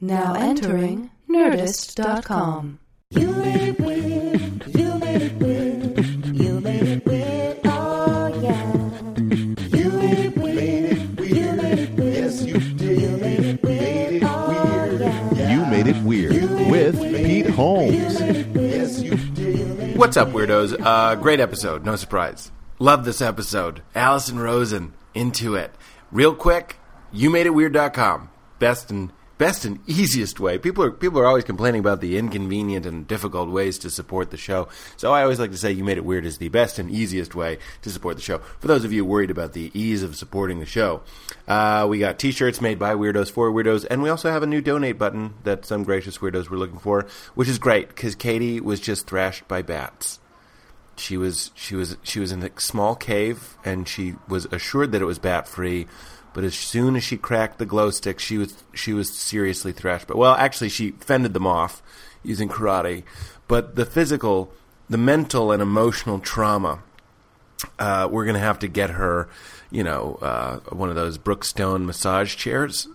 Now entering Nerdist.com. You made it weird. You made it weird. You made it weird. Oh yeah. You made it weird. You made it weird. Yes, you did. You made it weird. Oh yeah. You Made It Weird with Pete Holmes. What's up, weirdos? Uh, great episode, no surprise. Love this episode. Allison Rosen, into it. Real quick, youmadeitweird.com. Best and best and easiest way. People are people are always complaining about the inconvenient and difficult ways to support the show. So I always like to say you made it weird is the best and easiest way to support the show. For those of you worried about the ease of supporting the show, uh, we got t-shirts made by weirdos for weirdos, and we also have a new donate button that some gracious weirdos were looking for, which is great because Katie was just thrashed by bats she was she was she was in a small cave and she was assured that it was bat free but as soon as she cracked the glow stick she was she was seriously thrashed but well actually she fended them off using karate but the physical the mental and emotional trauma uh, we're going to have to get her you know uh, one of those brookstone massage chairs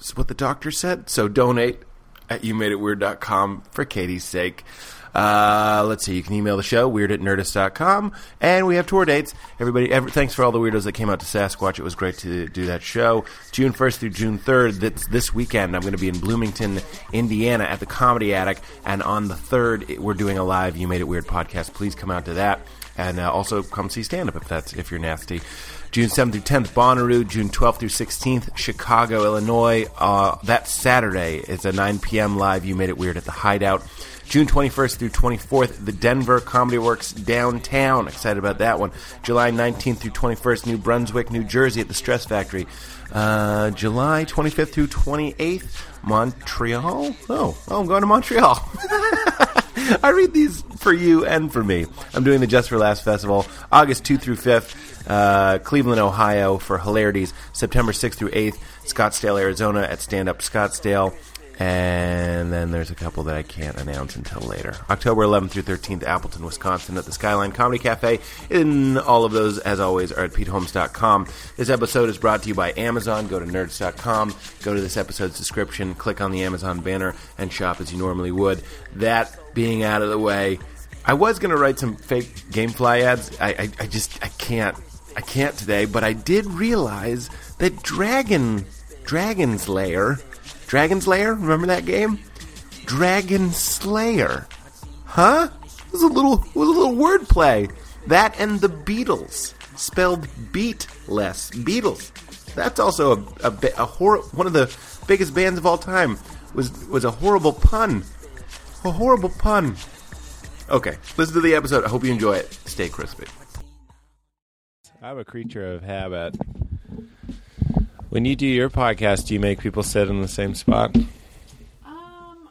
is what the doctor said so donate at youmadeitweird.com for katie's sake uh, let's see. You can email the show, weird at nerdist.com. And we have tour dates. Everybody, ever, thanks for all the weirdos that came out to Sasquatch. It was great to do that show. June 1st through June 3rd, that's this weekend. I'm going to be in Bloomington, Indiana at the Comedy Attic. And on the 3rd, it- we're doing a live You Made It Weird podcast. Please come out to that. And uh, also come see stand up if that's if you're nasty. June 7th through 10th, Bonnaroo. June 12th through 16th, Chicago, Illinois. Uh, that Saturday is a 9 p.m. live. You made it weird at the Hideout. June 21st through 24th, the Denver Comedy Works downtown. Excited about that one. July 19th through 21st, New Brunswick, New Jersey at the Stress Factory. Uh, July 25th through 28th, Montreal. Oh, oh, I'm going to Montreal. I read these for you and for me. I'm doing the Just for Last Festival, August 2 through 5th, uh, Cleveland, Ohio for Hilarities, September 6th through 8th, Scottsdale, Arizona at Stand Up Scottsdale. And then there's a couple that I can't announce until later. October 11th through 13th, Appleton, Wisconsin, at the Skyline Comedy Cafe. And all of those, as always, are at PeteHolmes.com. This episode is brought to you by Amazon. Go to nerds.com, go to this episode's description, click on the Amazon banner, and shop as you normally would. That being out of the way, I was going to write some fake GameFly ads. I, I, I just, I can't. I can't today, but I did realize that Dragon, Dragon's Lair Dragon Slayer, remember that game? Dragon Slayer. Huh? It was a little it was a little wordplay. That and the Beatles. Spelled beat less. Beatles. That's also a, a, bi- a hor- one of the biggest bands of all time. Was was a horrible pun. A horrible pun. Okay, listen to the episode. I hope you enjoy it. Stay crispy. I'm a creature of habit. When you do your podcast, do you make people sit in the same spot? Um,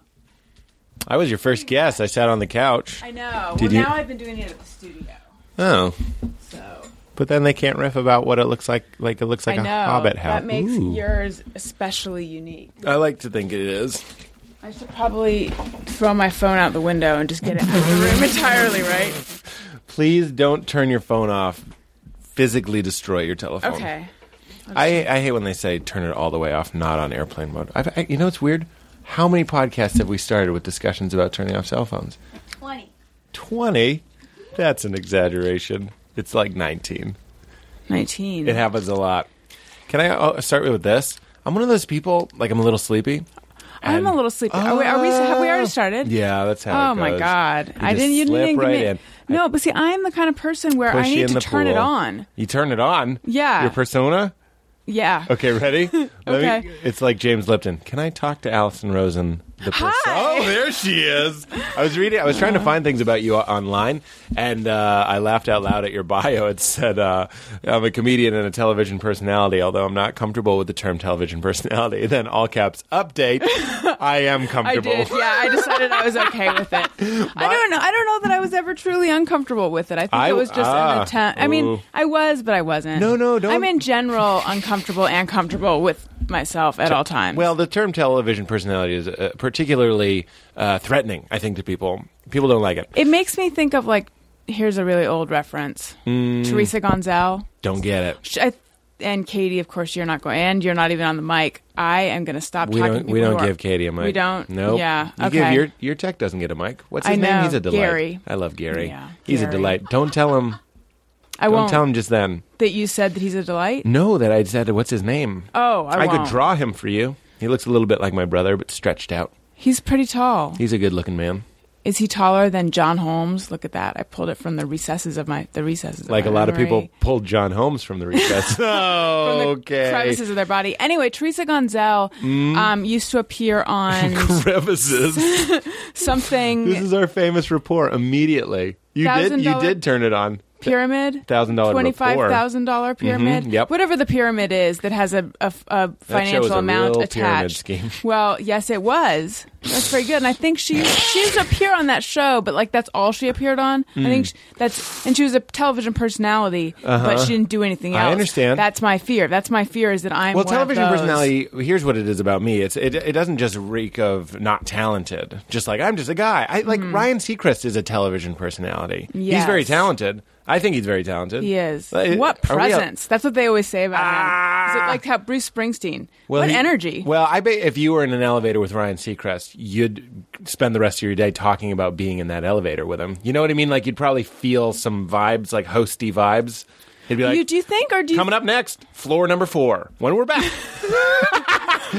I was your first guest. I sat on the couch. I know. Did well, you- now I've been doing it at the studio. Oh, So but then they can't riff about what it looks like. Like it looks like I a know hobbit house. that makes Ooh. yours especially unique. I like to think it is. I should probably throw my phone out the window and just get it out of the room entirely, right? Please don't turn your phone off. Physically destroy your telephone. Okay. I, I hate when they say turn it all the way off, not on airplane mode. I've, I, you know, it's weird. How many podcasts have we started with discussions about turning off cell phones? 20. 20 that's an exaggeration it's like 19 Nineteen. it happens a lot can i uh, start with this i'm one of those people like i'm a little sleepy Ah. I'm a little sleepy. are, we, are we? Have we already started? yeah that's how Oh it my goes. god! I just didn't. You slip didn't give right me. in. No, but see, I'm the kind of person where Push I you need in to the turn it pool. on. you turn it on Yeah. your persona Yeah. okay ready Let Okay. it's like james lipton can i talk to allison rosen the person Hi. oh there she is i was reading i was trying to find things about you o- online and uh, i laughed out loud at your bio it said uh, i'm a comedian and a television personality although i'm not comfortable with the term television personality then all caps update i am I comfortable did. Yeah, I decided I was okay with it. I don't know. I don't know that I was ever truly uncomfortable with it. I think I- it was just ah, an attempt. I mean, ooh. I was, but I wasn't. No, no, don't- I'm in general uncomfortable and comfortable with myself at all times. Well, the term television personality is uh, particularly uh, threatening, I think, to people. People don't like it. it makes me think Hmm. of like here's a really old reference: Teresa Gonzalez. Don't get it. Sh- I and Katie, of course, you're not going, and you're not even on the mic. I am going to stop We talking. don't. to We people don't who are- give Katie a mic. We don't. No. Yeah. You okay. give your your tech doesn't get a mic. What's his I name? know. He's a delight. Gary. I love Gary. Yeah, He's a Gary. delight. Don't tell him. I Don't won't tell him just then. that you said that he's a delight. No, that I said. What's his name? Oh, I could won't. draw him for you. He looks a little bit like my brother, but stretched out. He's pretty tall. He's a good looking man. Is he taller than John Holmes? Look at that. I pulled it from the recesses of my the recesses. Like of a my lot of people memory. pulled John Holmes from the recess. From the oh, okay. Hmm? crevices of their body. Anyway, Teresa Gonzalez um, used to appear on crevices. this something is our famous report. Immediately, you did. You $1,000 did turn it on. pyramid. Thousand dollar Twenty five report. thousand dollar pyramid, Mhm, yep. whatever the pyramid is that has a, a- a financial a amount real attached. pyramid scheme. Well, yes, it was. That's very good, and I think she she used to appear on that show, but like that's all she appeared on. Hmm. I think she, that's and she was a television personality, but she didn't do anything Uh-huh. I else. understand. That's my fear. That's my fear is that I'm Well, one of television those. personality. Here's what it is about me. It's it, it doesn't just reek of not talented. Just like I'm just a guy. I like Ryan Seacrest is a television personality. He's Mm-hmm. Yes. very talented. I think he's very talented. He is. Like, what Uh, are we up- presence? That's what they always say about him. Is Ah. it like how Bruce Springsteen? Well, what he- energy? Well, I bet if you were in an elevator with Ryan Seacrest, you'd spend the rest of your day talking about being in that elevator with him. You know what I mean? Like you'd probably feel some vibes, like hosty vibes. He'd be like, you do you think or do you coming up next, floor number four. When we're back.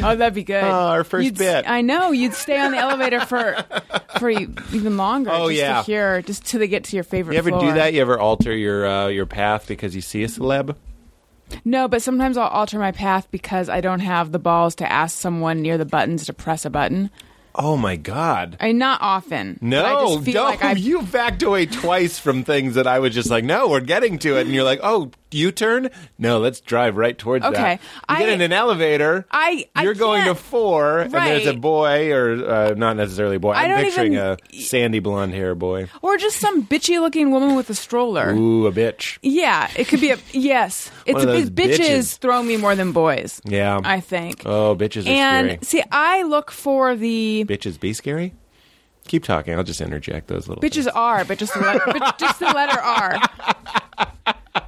Oh, that'd be good. our first You'd s- bit. I know you'd stay on the elevator for for e- even longer. Oh, just yeah. to hear, just till they get to your favorite. you ever do floor. that? You ever alter your uh, your path because you see a celeb? No, but sometimes I'll alter my path because I don't have the balls to ask someone near the buttons to press a button. Oh my god. I mean, not often. No, but I just feel no, like I. you backed away twice from things that I was just like, no, we're getting to it, and you're like, oh, U-turn? No, let's drive right towards Okay, that. You get I- in an elevator. I- I you're going to can't- four, and there's a Right. boy, or uh, not necessarily a boy. I I'm don't picturing even- a sandy blonde hair boy. or just some bitchy looking woman with a stroller. Ooh, a bitch. Yeah, it could be a yes. It's One of a, those bitches, bitches. throw me more than boys. Yeah. I think. Oh, bitches are and scary. see, I look for the Bitches be scary? Keep talking. I'll just interject those little bitches are, but just the letter, but just the letter R.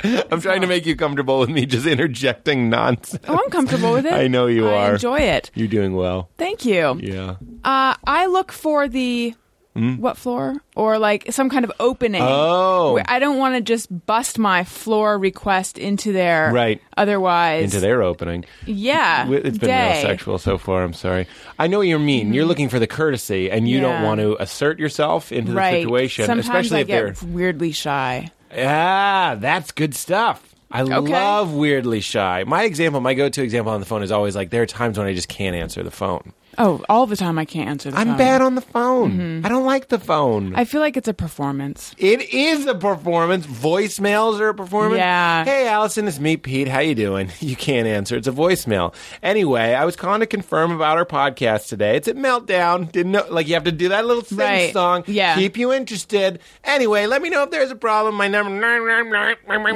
things. I'm trying to make you comfortable with me just interjecting nonsense. Oh, I'm comfortable with it. I know you I are. enjoy it. You're doing well. Thank you. Yeah. Uh, I look for the what floor or like some kind of opening. Hmm? Oh. Where I don't want to just bust my floor request into their Right. Otherwise, Into their opening. yeah. Wi- It's been Uh, day. Mm-hmm. real sexual so far. I'm sorry. I know what you mean. You're looking for the courtesy, and you don't Yeah. want to assert yourself into the Right. situation, Sometimes especially I if get weirdly shy. they're. Ah, that's good stuff. I love weirdly shy. My example, my go-to example on the phone is always like there are times when I just can't answer the phone. Oh, all the time I can't answer. The I'm phone. bad on the phone. Mm-hmm. I don't like the phone. I feel like it's a performance. It is a performance. Voicemails are a performance. Yeah. Hey, Allison, it's me, Pete. How you doing? You can't answer. It's a voicemail. Anyway, I was calling to confirm about our podcast today. It's at Meltdown. Didn't know. Like you have to do that little sing Right. song. Yeah. Keep you interested. Anyway, let me know if there's a problem. My number.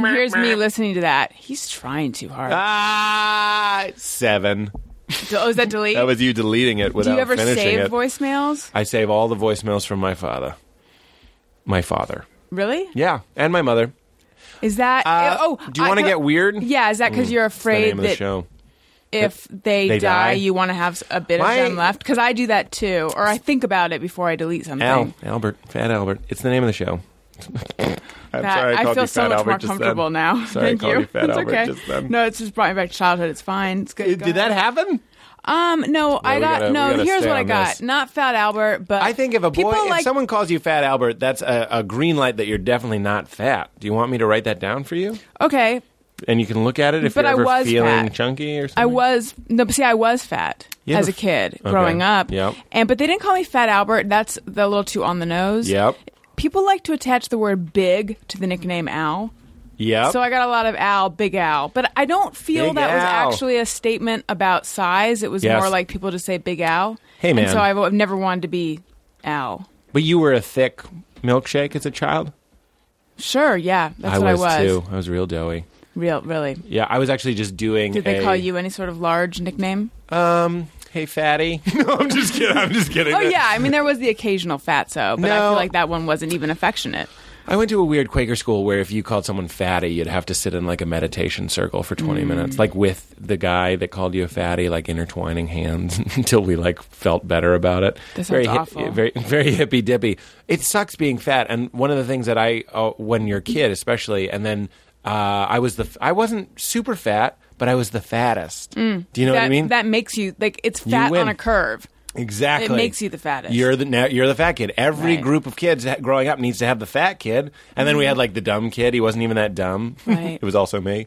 Here's me listening to that. He's trying too hard. Ah, seven. oh, is that delete? That was you deleting it Do without you ever finishing save it. voicemails? I save all the voicemails from my father. My father. Really? Yeah, and my mother. Is that? Uh, oh, do you I want to know- get weird? Yeah, is that because you're It's the name afraid of the that show. if they, they die, die? you want to have s- a bit My- of them left? Because I do that too, or I think about it before I delete something. Al, Albert, Fat Albert. It's the name of the show. I'm That- feel so much more comfortable now. Sorry, I Thank called you. you Fat It's Albert okay. just then. No, it's just brought me back to childhood. It's fine. It's good. Go Eh, Did that ahead. happen? Um, no, I we got gotta- we no. gotta Here's stay what I on got. this. Not Fat Albert, but I think if a boy, people like if someone calls you Fat Albert, that's a, a green light that you're definitely not fat. Do you want me to write that down for you? okay. And you can look at it if But you're I ever was feeling fat. chunky or something. I was no, but see, I was fat You as ever- a kid Okay. growing up. Yep. And but they didn't call me Fat Albert. That's the little too on the nose. Yep. People like to attach the word "big" to the nickname Al. Yep. So I got a lot of Al, Big Al, but I don't feel Big that was Al. actually a statement about size. It was Yes. more like people just say Big Al. Hey, man. And so I've, I've never wanted to be Al. but you were a thick milkshake as a child. Sure, yeah, that's I what was I was. too. I was real doughy. Real, really. Yeah, I was actually just doing. Did they a- call you any sort of large nickname? Um, hey, fatty. no, I'm just kidding. I'm just kidding. Oh yeah, I mean there was the occasional fatso, but I No. feel like that one wasn't even affectionate. I went to a weird Quaker school where if you called someone fatty, you'd have to sit in like a meditation circle for 20 Mm. minutes, like with the guy that called you a fatty, like intertwining hands until we like felt better about it. That sounds very eh, awful. very very hippy dippy. It sucks being fat, and one of the things that I uh, when you're a kid, especially, and then uh, I was the f- I wasn't super fat, but I was the fattest. Do you know Mm. that, what I mean? that makes you like it's fat win. on a curve. Exactly. It makes you the fattest. You're the now, you're the fat kid. Every Right. group of kids ha- growing up needs to have the fat kid, and then we had like the dumb kid. He wasn't even that dumb. Right. it was also me.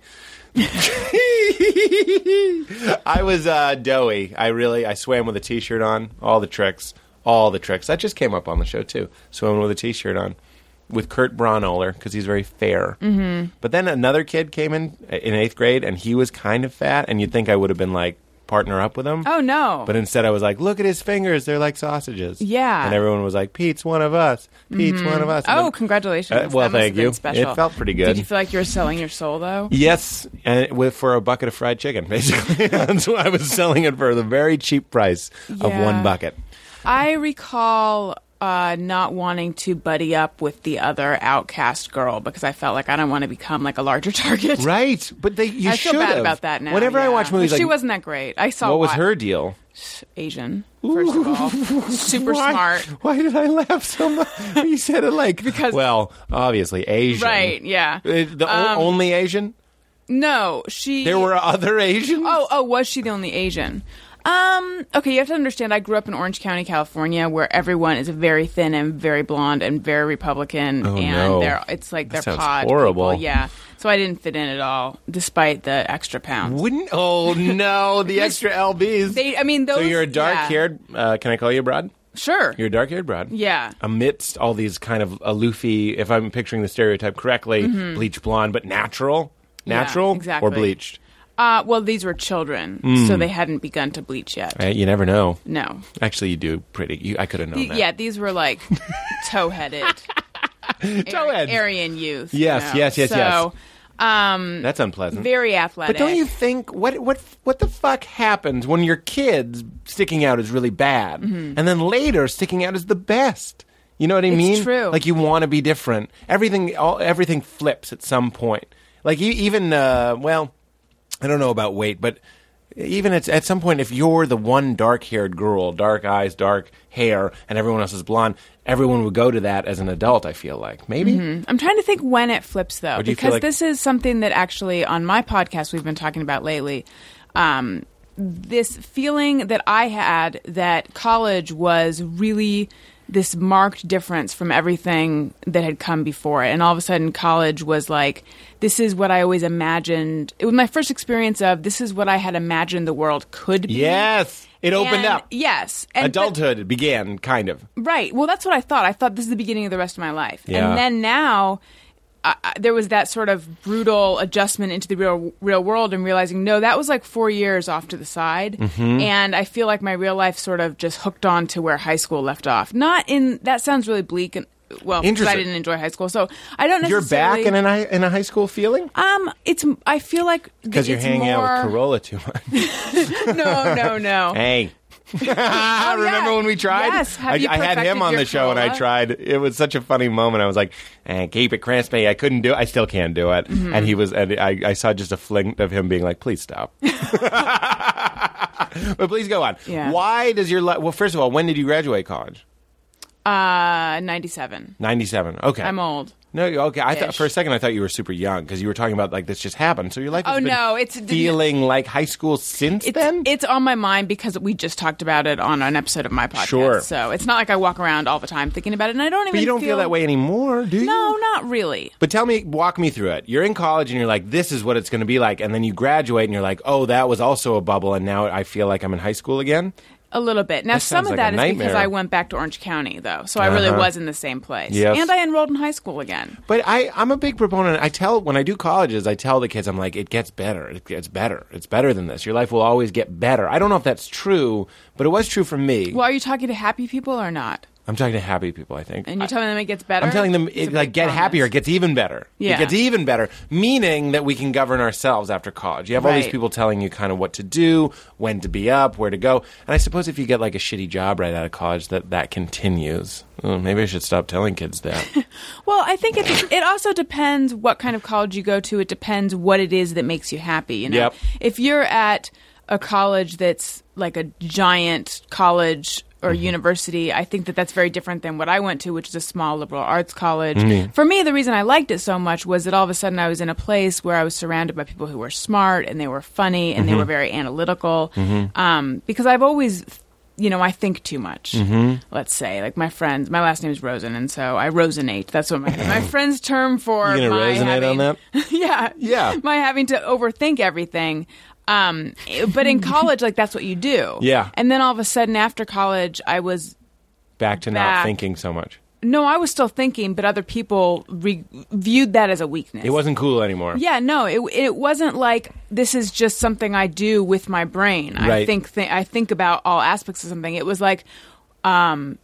I was uh, doughy. I really I swam with a t-shirt on. All the tricks. All the tricks. That just came up on the show too. Swimming with a t-shirt on. With Kurt Braunohler because he's very fair. Mm-hmm. But then another kid came in in eighth grade and he was kind of fat, and you'd think I would have been like partner up with him. Oh no. But instead, I was like, "Look at his fingers; they're like sausages." Yeah. and everyone was like, "Pete's one of us. Pete's one of us." And oh, then- congratulations. Uh, well, That must thank have been you. Special. It felt pretty good. Did you feel like you were selling your soul though? yes, and with for a bucket of fried chicken, basically. That's why I was selling it for the very cheap price of Yeah. one bucket. I recall uh, not wanting to buddy up with the other outcast girl because I felt like I don't want to become like a larger target. Right, but they you I should feel bad have. about that now. Whenever I yeah. watch movies, but she like, wasn't that great. I saw what was Wa- her deal? Asian first of all, super why, smart. Why did I laugh so much? you said it like Because- well, obviously Asian, Right? Yeah. Uh, The o- Um, only Asian. No, she. There were other Asians. Oh, oh, was she the only Asian? Um, okay, you have to understand I grew up in Orange County, California, where everyone is very thin and very blonde and very Republican Oh, and no. they're it's like That they're sounds pod horrible. people. Yeah. So I didn't fit in at all, despite the extra pounds. Wouldn't oh no the extra lbs. They I mean those so you're a dark yeah. haired. Uh, can I call you broad? Sure. You're a dark haired broad. Yeah. Amidst all these kind of aloofy, if I'm picturing the stereotype correctly, bleach blonde but natural, Mm-hmm. Yeah, natural exactly. or bleached. uh well these were children, so Mm. they hadn't begun to bleach yet. Uh, you never know. No. Actually, you do pretty. You, I could have known The- that. yeah, these were like toe headed. Toe-heads. Aryan youth. Yes, you know? yes, yes, so, yes. um that's unpleasant. very athletic. but don't you think what what what the fuck happens when your kids sticking out is really bad, Mm-hmm. and then later sticking out is the best? You know what I mean? true. Like you want to be different. Everything all everything flips at some point. Like you, even uh, well, I don't know about weight, but even at, at some point, if you're the one dark-haired girl, dark eyes, dark hair, and everyone else is blonde, everyone would go to that as an adult. I feel like maybe. I'm trying to think when it flips though, Or do you feel because like- this is something that actually on my podcast we've been talking about lately. Um, this feeling that I had that college was really this marked difference from everything that had come before it, and all of a sudden college was like, this is what I always imagined. It was my first experience of this is what I had imagined the world could be. Yes, it opened And- up. Yes, and, but- Adulthood began kind of. Right. Well, that's what I thought. I thought this is the beginning of the rest of my life. Yeah. And then now, I I- there was that sort of brutal adjustment into the real real world, and realizing no, that was like four years off to the side, Mm-hmm. and I feel like my real life sort of just hooked on to where high school left off. Not in that sounds really bleak and. Well, 'cause I Interesting. didn't enjoy high school, so I don't You're necessarily. back in a high, in a high school feeling um, it's I feel like because you're it's hanging out with more- Corolla too much. No, no, no. hey, Oh, yeah. remember when we tried? Yes, have I, you I had him perfected on your the show, and I Corolla? tried. It was such a funny moment. I was like, eh, "Keep it crispy." I couldn't do. it. I still can't do it. Mm-hmm. And he was. And I, I saw just a fling of him being like, "Please stop." but please go on. Yeah. Why does your life? Well, first of all, when did you graduate college? Uh, ninety-seven. Ninety-seven. Okay, I'm old. No, you- okay. I thought Ish. for a second I thought you were super young because you were talking about like this just happened. So your life. Has Oh, been no, it's- feeling like high school since It's, then. it's on my mind because we just talked about it on an episode of my podcast. Sure. So it's not like I walk around all the time thinking about it, and I don't even. but you don't feel, that way anymore, do you? No, not really. But tell me, walk me through it. You're in college and you're like, this is what it's going to be like, and then you graduate and you're like, oh, that was also a bubble, and now I feel like I'm in high school again. A little bit. Now, That some sounds like of that a is because nightmare. Uh-huh. I went back to Orange County, though, so I really was in the same place. Yes. And I enrolled in high school again. But I, I'm a big proponent. I tell when I do colleges, I tell the kids, I'm like, it gets better. It gets better. It's better than this. Your life will always get better. I don't know if that's true, but it was true for me. Well, are you talking to happy people or not? I'm talking to happy people, I think. and I- you're telling them it gets better. Uh, I'm telling them It's a it, big like get promise. happier, it gets even better. Yeah. It gets even better, meaning that we can govern ourselves after college. You have all these Right. people telling you kind of what to do, when to be up, where to go. And I suppose if you get like a shitty job right out of college that that continues. Oh, maybe I should stop telling kids that. Well, I think it it also depends what kind of college you go to. It depends what it is that makes you happy. You know, Yep. if you're at a college that's like a giant college or university, I think that that's very different than what I went to, which is a small liberal arts college. For me, the reason I liked it so much was that all of a sudden I was in a place where I was surrounded by people who were smart and they were funny and they were very analytical. Um, because I've always you know, I think too much. Let's say, like my friends, my last name is Rosen, and so I rosinate. That's what my my friends' term for You gonna my rosinate on having, yeah, Yeah. my having to overthink everything. Um, but in college, like that's what you do. Yeah. and then all of a sudden, after college, I was Back to Back. not thinking so much. no, I was still thinking, but other people re- viewed that as a weakness. It wasn't cool anymore. Yeah, no, it it wasn't like this is just something I do with my brain. I Right. think th- I think about all aspects of something. It was like, um,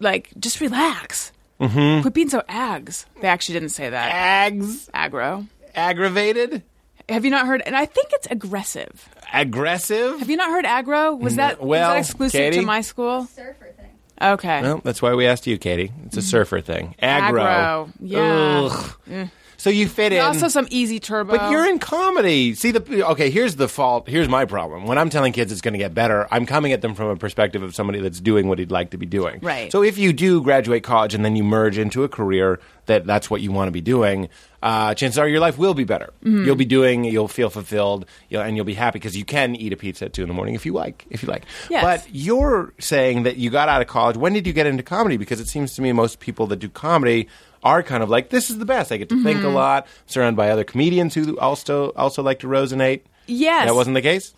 like just relax. Mm-hmm. Quit being so ags. They actually didn't say that. Ags Aggro. aggravated, Have you not heard? And I think it's aggressive. aggressive. Have you not heard aggro? Was that was Mm, Well, that exclusive Katie? to my school? surfer thing. Okay. Well, that's why we asked you, Katie. It's a surfer thing. Aggro. Mm-hmm. Aggro. Yeah. Mm. Ugh. So you fit in. Also, some easy turbo. But you're in comedy. See the okay. Here's the fault. Here's my problem. When I'm telling kids it's going to get better, I'm coming at them from a perspective of somebody that's doing what he'd like to be doing. Right. So if you do graduate college and then you merge into a career that that's what you want to be doing, uh, chances are your life will be better. You'll be doing. You'll feel fulfilled. You'll, and you'll be happy because you can eat a pizza at two in the morning if you like. If you like. Yes. But you're saying that you got out of college. When did you get into comedy? Because it seems to me most people that do comedy are kind of like, this is the best. I get to think a Mm-hmm. lot. I'm surrounded by other comedians who also also like to resonate. yes. That wasn't the case?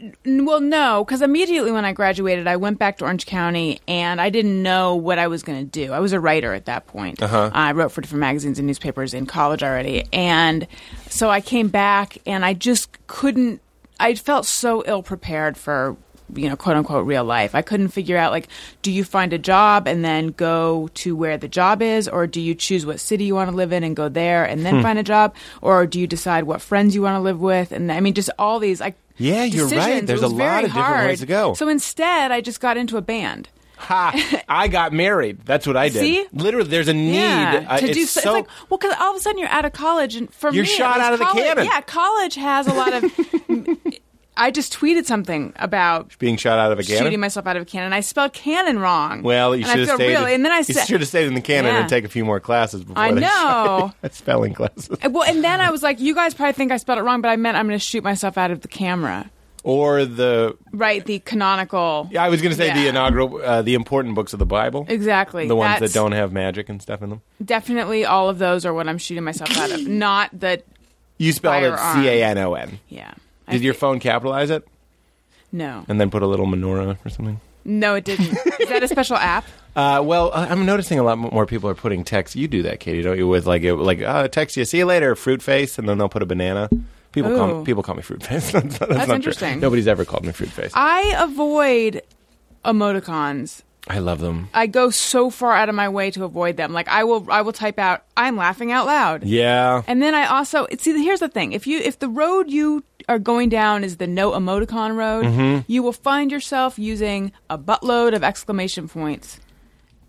N- Well, no, because immediately when I graduated, I went back to Orange County and I didn't know what I was going to do. I was a writer at that point. Uh, I wrote for different magazines and newspapers in college already. And so I came back and I just couldn't, I felt so ill prepared for. You know, quote unquote, real life. I couldn't figure out like, do you find a job and then go to where the job is, or do you choose what city you want to live in and go there and then find a job, or do you decide what friends you want to live with? And I mean, just all these. I Yeah, you're right. decisions. It There's a was very lot of different ways to hard. go. So instead, I just got into a band. Ha! I got married. That's what I did. See? Literally, there's a need. yeah, Uh, to it's do so, it's like well, because all of a sudden you're out of college, and for You're me, it shot was out of the college- cannon. Yeah, college has a lot of. I just tweeted something about being shot out of a cannon. shooting myself out of a cannon. I spelled cannon wrong. well, you and I should have feel stayed. really- and then I you said, should have stayed in the cannon Yeah. and take a few more classes before I they know. shot you. spelling classes. well, and then I was like, you guys probably think I spelled it wrong, but I meant I'm going to shoot myself out of the camera. Or the Right, the canonical. Yeah, I was going to say the Yeah. inaugural, uh, the important books of the Bible. Exactly. The ones That's- that don't have magic and stuff in them. Definitely, all of those are what I'm shooting myself out of. Not the You spelled Firearm. it C A N O N. yeah. I Did your thi- phone capitalize it no? and then put a little menorah or something? No, it didn't. Is that a special app? Uh, well, I- I'm noticing a lot m- more people are putting text. You do that, Katie, don't you? With like, it, like uh, text you, see you later, fruit face, and then they'll put a banana. People call Ooh. me, people call me fruit face. that's not- that's not true. interesting. Nobody's ever called me fruit face. I, I avoid emoticons. love them. I go so far out of my way to avoid them. Like I will I will type out I'm laughing out loud. Yeah. And then I also see here's the thing. If you if the road you are going down is the no emoticon road, Mm-hmm. you will find yourself using a buttload of exclamation points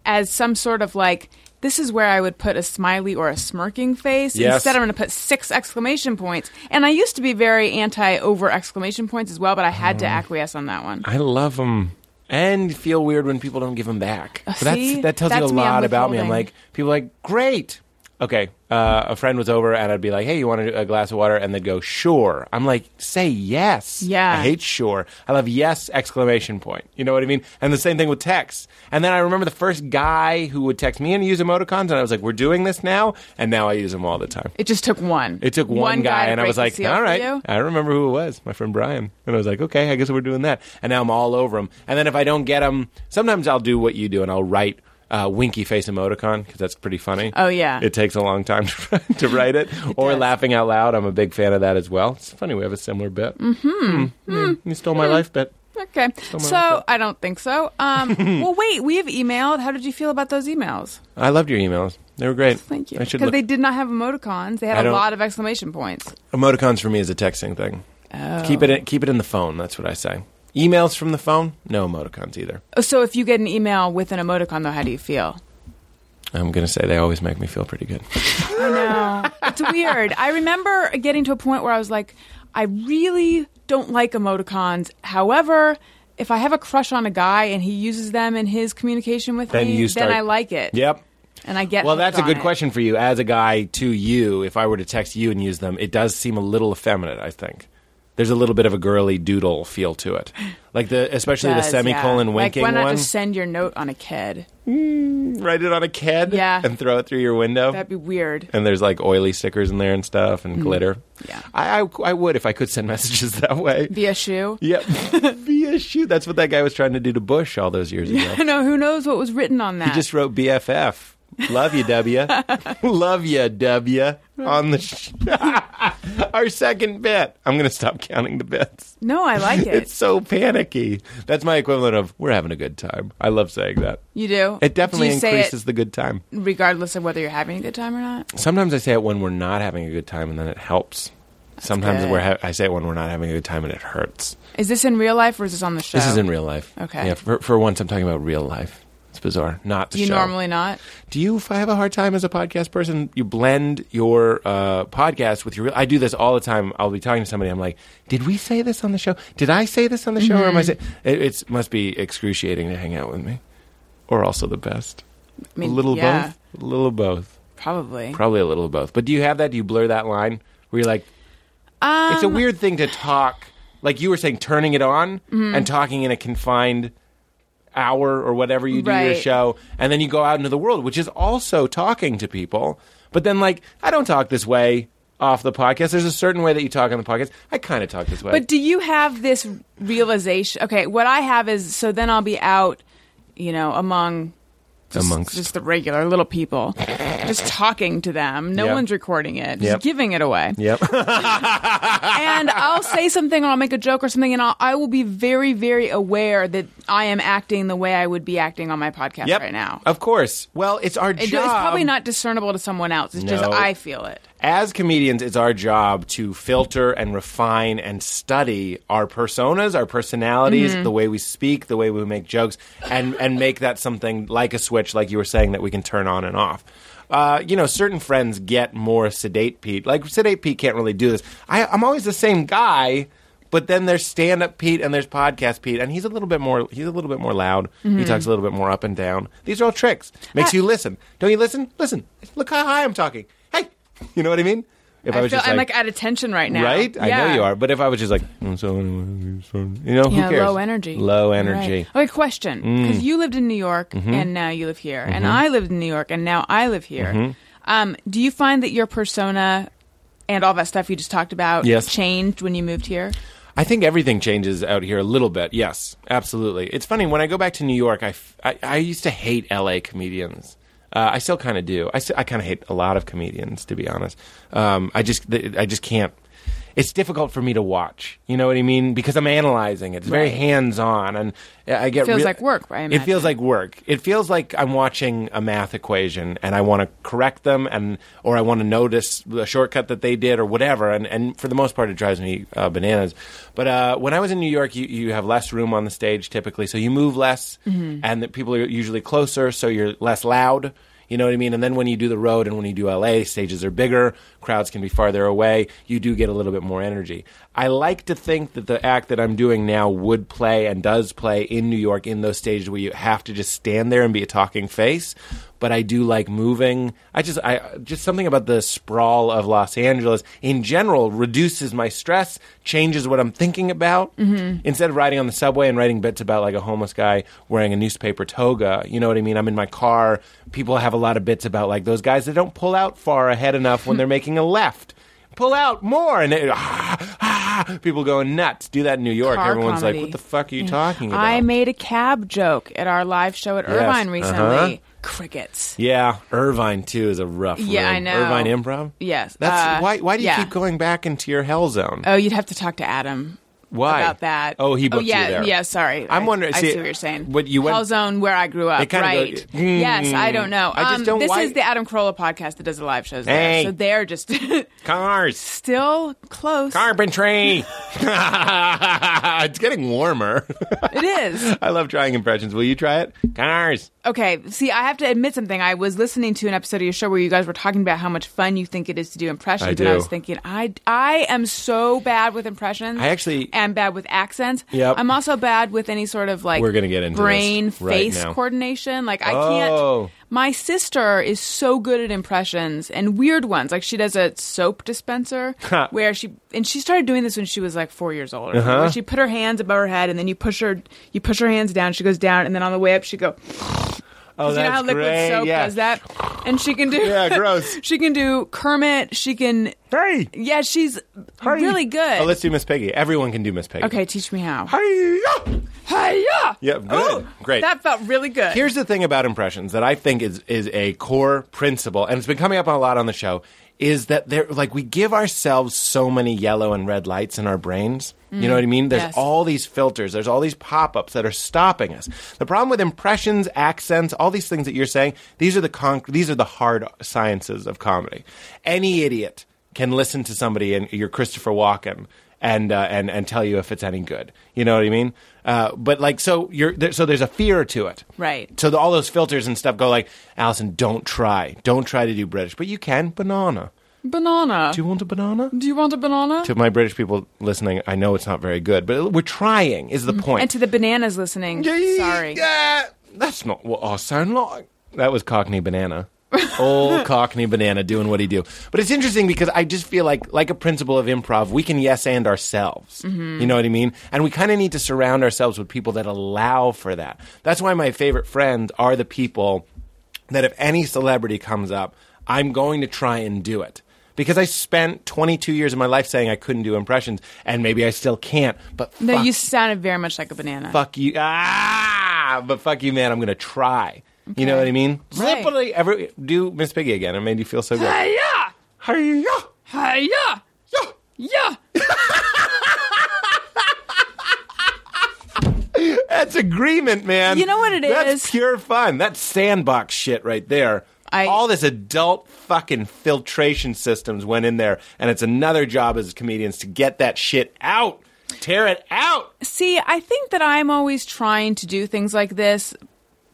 as some sort of like this is where I would put a smiley or a smirking face. Yes. Instead, I'm going to put six exclamation points. And I used to be very anti over exclamation points as well, but I had Mm. to acquiesce on that one. I love them. And feel weird when people don't give them back. But Uh, see? that's, that tells That's you a me, I'm lot about me. I'm withholding. like, people are like, great. Okay. Uh, a friend was over and I'd be like, hey, you want a, a glass of water? And they'd go, sure. I'm like, say yes. Yeah. I hate sure. I love yes, exclamation point. You know what I mean? And the same thing with text. And then I remember the first guy who would text me and use emoticons. And I was like, we're doing this now. And now I use them all the time. It just took one. It took one, guy, to and I break was the like, seal "All for right, you. I remember who it was, my friend Brian." And I was like, "Okay, I guess we're doing that." And now I'm all over him. And then if I don't get him, sometimes I'll do what you do, and I'll write uh, winky face emoticon because that's pretty funny. Oh, yeah. it takes a long time to, to write it. or does. laughing out loud, I'm a big fan of that as well. It's funny we have a similar bit. Mm-hmm. You Mm-hmm. stole my life bit. Okay. Mm-hmm. So I don't think so. Um, well, wait. We have emailed. How did you feel about those emails? I loved your emails. They were great. Thank you. I should Because look. they did not have emoticons. They I had a don't- lot of exclamation points. Emoticons for me is a texting thing. Oh. Keep it in, keep it in the phone. That's what I say. Emails from the phone, no emoticons either. So if you get an email with an emoticon, though, how do you feel? I'm gonna say they always make me feel pretty good. I know. It's weird. I remember getting to a point where I was like, I really don't like emoticons. However, if I have a crush on a guy and he uses them in his communication with Then me, you start- then I like it. Yep. And I get Well, hooked that's a on good it. question for you. As a guy to you, if I were to text you and use them, it does seem a little effeminate. I think there's a little bit of a girly doodle feel to it, like the especially Does, the semicolon yeah. winking like, why not one. just send your note on a kid? Write it on a kid, Yeah. and throw it through your window. That'd be weird. and there's like oily stickers in there and stuff Mm. and glitter. Yeah. I, I I would if I could send messages that way. Via shoe. Yep. BSU. That's what that guy was trying to do to Bush all those years ago. I know. Who knows what was written on that? He just wrote BFF. Love you, W. Love you, W. On the sh- our second bit. I'm going to stop counting the bits. no, I like it. It's so panicky. That's my equivalent of we're having a good time. I love saying that. you do. It definitely do you increases say the good time. it regardless of whether you're having a good time or not. Sometimes I say it when we're not having a good time, and then it helps. Sometimes good. we're ha- I say it when we're not having a good time, and it hurts. Is this in real life or is this on the show? This is in real life. Okay. Yeah. For, for once, I'm talking about real life. It's bizarre. Not the Do you show. normally not? Do you f- have a hard time as a podcast person? You blend your uh, podcast with your. Real- I do this all the time. I'll be talking to somebody. I'm like, "Did we say this on the show? Did I say this on the show? Or am I?" Mm-hmm. Say- it it's, must be excruciating to hang out with me, or also the best. I mean, a little yeah, both. A little both. Probably. Probably a little both. But do you have that? Do you blur that line where you're like, um, it's a weird thing to talk like you were saying turning it on Mm-hmm. and talking in a confined hour or whatever you do your Right. show and then you go out into the world which is also talking to people but then like i don't talk this way off the podcast there's a certain way that you talk on the podcast i kind of talk this way But do you have this realization? Okay, what I have is so then I'll be out, you know, among just, Amongst. just the regular little people, just talking to them. No Yep. one's recording it, just Yep. giving it away. yep and I'll say something or I'll make a joke or something, and I'll, I will be very, very aware that I am acting the way I would be acting on my podcast yep right now. of course well it's our It- it's job probably not discernible to someone else. It's just No. I feel it. as comedians, it's our job to filter and refine and study our personas, our personalities, the way we speak, the way we make jokes, and and make that something like a switch, like you were saying, that we can turn on and off. Uh, you know, certain friends get more sedate Pete. Like sedate Pete can't really do this. I, I'm always the same guy, but then there's stand up Pete and there's podcast Pete, and he's a little bit more. He's a little bit more loud. He talks a little bit more up and down. These are all tricks. Makes you listen. Don't you listen? Listen. Look how high I'm talking. Hey, you know what I mean? If I, I was feel, just I'm like, like at attention right now. right, I know Yeah. you are. But if I was just like, "Oh, so anyway, it's fun," mm," you know, Yeah, who cares? low energy. Low energy. Mm. Mm-hmm. Right. Okay, question. Because you lived in New York and now you live here, and I lived in New York and now I live here. Mm-hmm. Um, do you find that your persona and all that stuff you just talked about Yes. changed when you moved here? I think everything changes out here a little bit. Yes, absolutely. It's funny when I go back to New York. I, f- I- I used to hate L.A. comedians. Uh, I still kind of do. I, s- I kind of hate a lot of comedians, to be honest. Um, I just th- I just can't. It's difficult for me to watch. You know what I mean? Because I'm analyzing it. It's very Right. hands on, and I get Feels real- like work, I It feels imagine. feels like work. It feels like I'm watching a math equation and I want to correct them and or I want to notice a shortcut that they did or whatever. And, and for the most part, it drives me uh, bananas. But uh, when I was in New York, you, you have less room on the stage typically, so you move less, and the people are usually closer, so you're less loud. You know what I mean? And then when you do the road and when you do LA, stages are bigger, crowds can be farther away, you do get a little bit more energy. I like to think that the act that I'm doing now would play and does play in New York in those stages where you have to just stand there and be a talking face. But I do like moving. I just, I just something about the sprawl of Los Angeles in general reduces my stress, changes what I'm thinking about. Mm-hmm. Instead of riding on the subway and writing bits about like a homeless guy wearing a newspaper toga, you know what I mean? I'm in my car. People have a lot of bits about like those guys that don't pull out far ahead enough when they're making a left. Pull out more, and it, ah, ah, people going nuts. Do that in New York. Car Everyone's comedy. like, "What the fuck are you talking about?" I made a cab joke at our live show at Irvine recently. Uh-huh. Crickets. yeah, Irvine too is a rough. Yeah, room. I know. Irvine Improv. Yes. That's uh, why. Why do you yeah. keep going back into your hell zone? Oh, you'd have to talk to Adam. Why? about that. Oh, he booked you yeah, there. Yeah, sorry. I'm I- wondering- I see, see what you're saying. what you went- Hell Zone, where I grew up. It kinda right. go- Mm. yes, I don't know. I just um, don't- this why- is the Adam Carolla podcast that does the live shows. Hey. There, so they're just Cars. still close. Carpentry. it's getting warmer. It is. I love trying impressions. Will you try it? Cars. Okay, see, I have to admit something. I was listening to an episode of your show where you guys were talking about how much fun you think it is to do impressions, I and do. I was thinking, I I am so bad with impressions. I actually- am bad with accents. Yep. I'm also bad with any sort of like We're gonna get into this brain right face now. coordination. Like I Oh. can't. My sister is so good at impressions and weird ones. Like she does a soap dispenser where she and she started doing this when she was like four years old. Or something, Uh-huh. where she put her hands above her head and then you push her you push her hands down. She goes down and then on the way up she go. Oh, Because you know how liquid soap yeah. does that, and she can do Yeah, gross. she can do Kermit. She can Hey. yeah, she's really Oh, good. let's do Miss Piggy. Everyone can do Miss Piggy. okay, teach me how. Hi-ya! Hi-ya! Yeah, good. Great. That felt really good. Here's the thing about impressions that I think is is a core principle, and it's been coming up a lot on the show, is that they're like we give ourselves so many yellow and red lights in our brains. you know what I mean? There's yes. all these filters, there's all these pop-ups that are stopping us. The problem with impressions, accents, all these things that you're saying, these are the conc- these are the hard sciences of comedy. Any idiot can listen to somebody and you're Christopher Walken and uh, and and tell you if it's any good. You know what I mean? Uh, but like so you're there, so there's a fear to it. Right. So the, all those filters and stuff go like, Allison, don't try, don't try to do British, but you can banana. banana. Do you want a banana? Do you want a banana? To my British people listening, I know it's not very good, but we're trying. Is the point? and to the bananas listening, Yeah, sorry. yeah, that's not what I sound like. That was Cockney Banana. Old Cockney Banana doing what he do. But it's interesting because I just feel like, like a principle of improv, we can yes and ourselves. You know what I mean? And we kind of need to surround ourselves with people that allow for that. That's why my favorite friends are the people that if any celebrity comes up, I'm going to try and do it. Because I spent 22 years of my life saying I couldn't do impressions, and maybe I still can't. But No, fuck you sounded very much like a banana. fuck you. Ah, but fuck you, man. I'm gonna try. You know what I mean? Right. Literally, every do Miss Piggy again. It made you feel so good. Hi-ya! Hi-ya! Hi-ya! Yeah. Yeah! That's agreement, man. You know what it it is? That's is? pure fun. That's sandbox shit right there. I- All this adult fucking filtration systems went in there, and it's another job as comedians to get that shit out, tear it out. See, I think that I'm always trying to do things like this,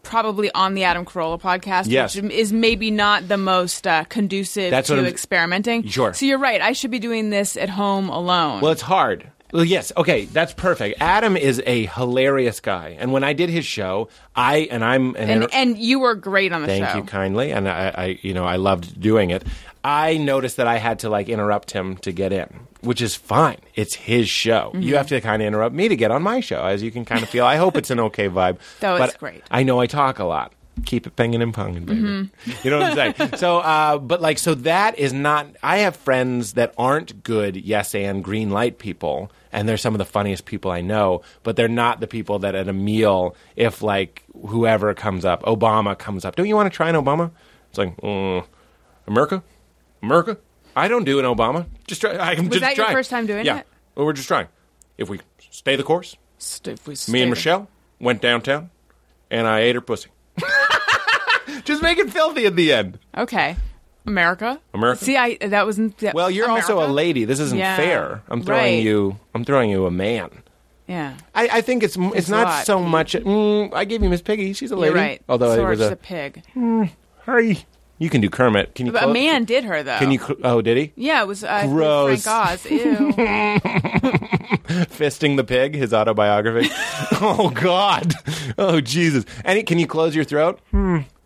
probably on the Adam Carolla podcast, Yes. which is maybe not the most uh, conducive That's what to I'm- experimenting. Sure. So you're right. I should be doing this at home alone. Well, it's hard. Well, yes. Okay, that's perfect. Adam is a hilarious guy, and when I did his show, I and I'm an and inter- and you were great on the Thank show. you kindly, and I, I, you know, I loved doing it. I noticed that I had to like interrupt him to get in, which is fine. It's his show. Mm-hmm. You have to kind of interrupt me to get on my show, as you can kind of feel. I hope it's an okay vibe. That was but great. I know I talk a lot. Keep it pinging and ponging, baby. Mm-hmm. You know what I'm saying? so, uh, but like, so that is not. I have friends that aren't good yes and green light people, and they're some of the funniest people I know, but they're not the people that at a meal, if like whoever comes up, Obama comes up, don't you want to try an Obama? It's like, mm, America? America? I don't do an Obama. Just try. I can just that your try. first time doing yeah. it? Well, we're just trying. If we stay the course, St- if we me and stay- Michelle went downtown, and I ate her pussy. Just make it filthy at the end. Okay. America. America. See, I that wasn't. That, Well, you're also a America? lady. This isn't Yeah. fair. I'm throwing Right. you. I'm throwing you a man. Yeah. I, I think it's m- it's Thanks a not lot, so Pete. much. Mm, I gave you Miss Piggy. She's a lady. You're right. Although it was Sorge a, the pig. Hi. You can do Kermit. Can you? But a clo- man did her though. Can you? cl- Oh, did he? Yeah, it was uh, Gross. Frank Oz. Ew. Fisting the Pig, his autobiography. oh God. Oh Jesus. And can you close your throat?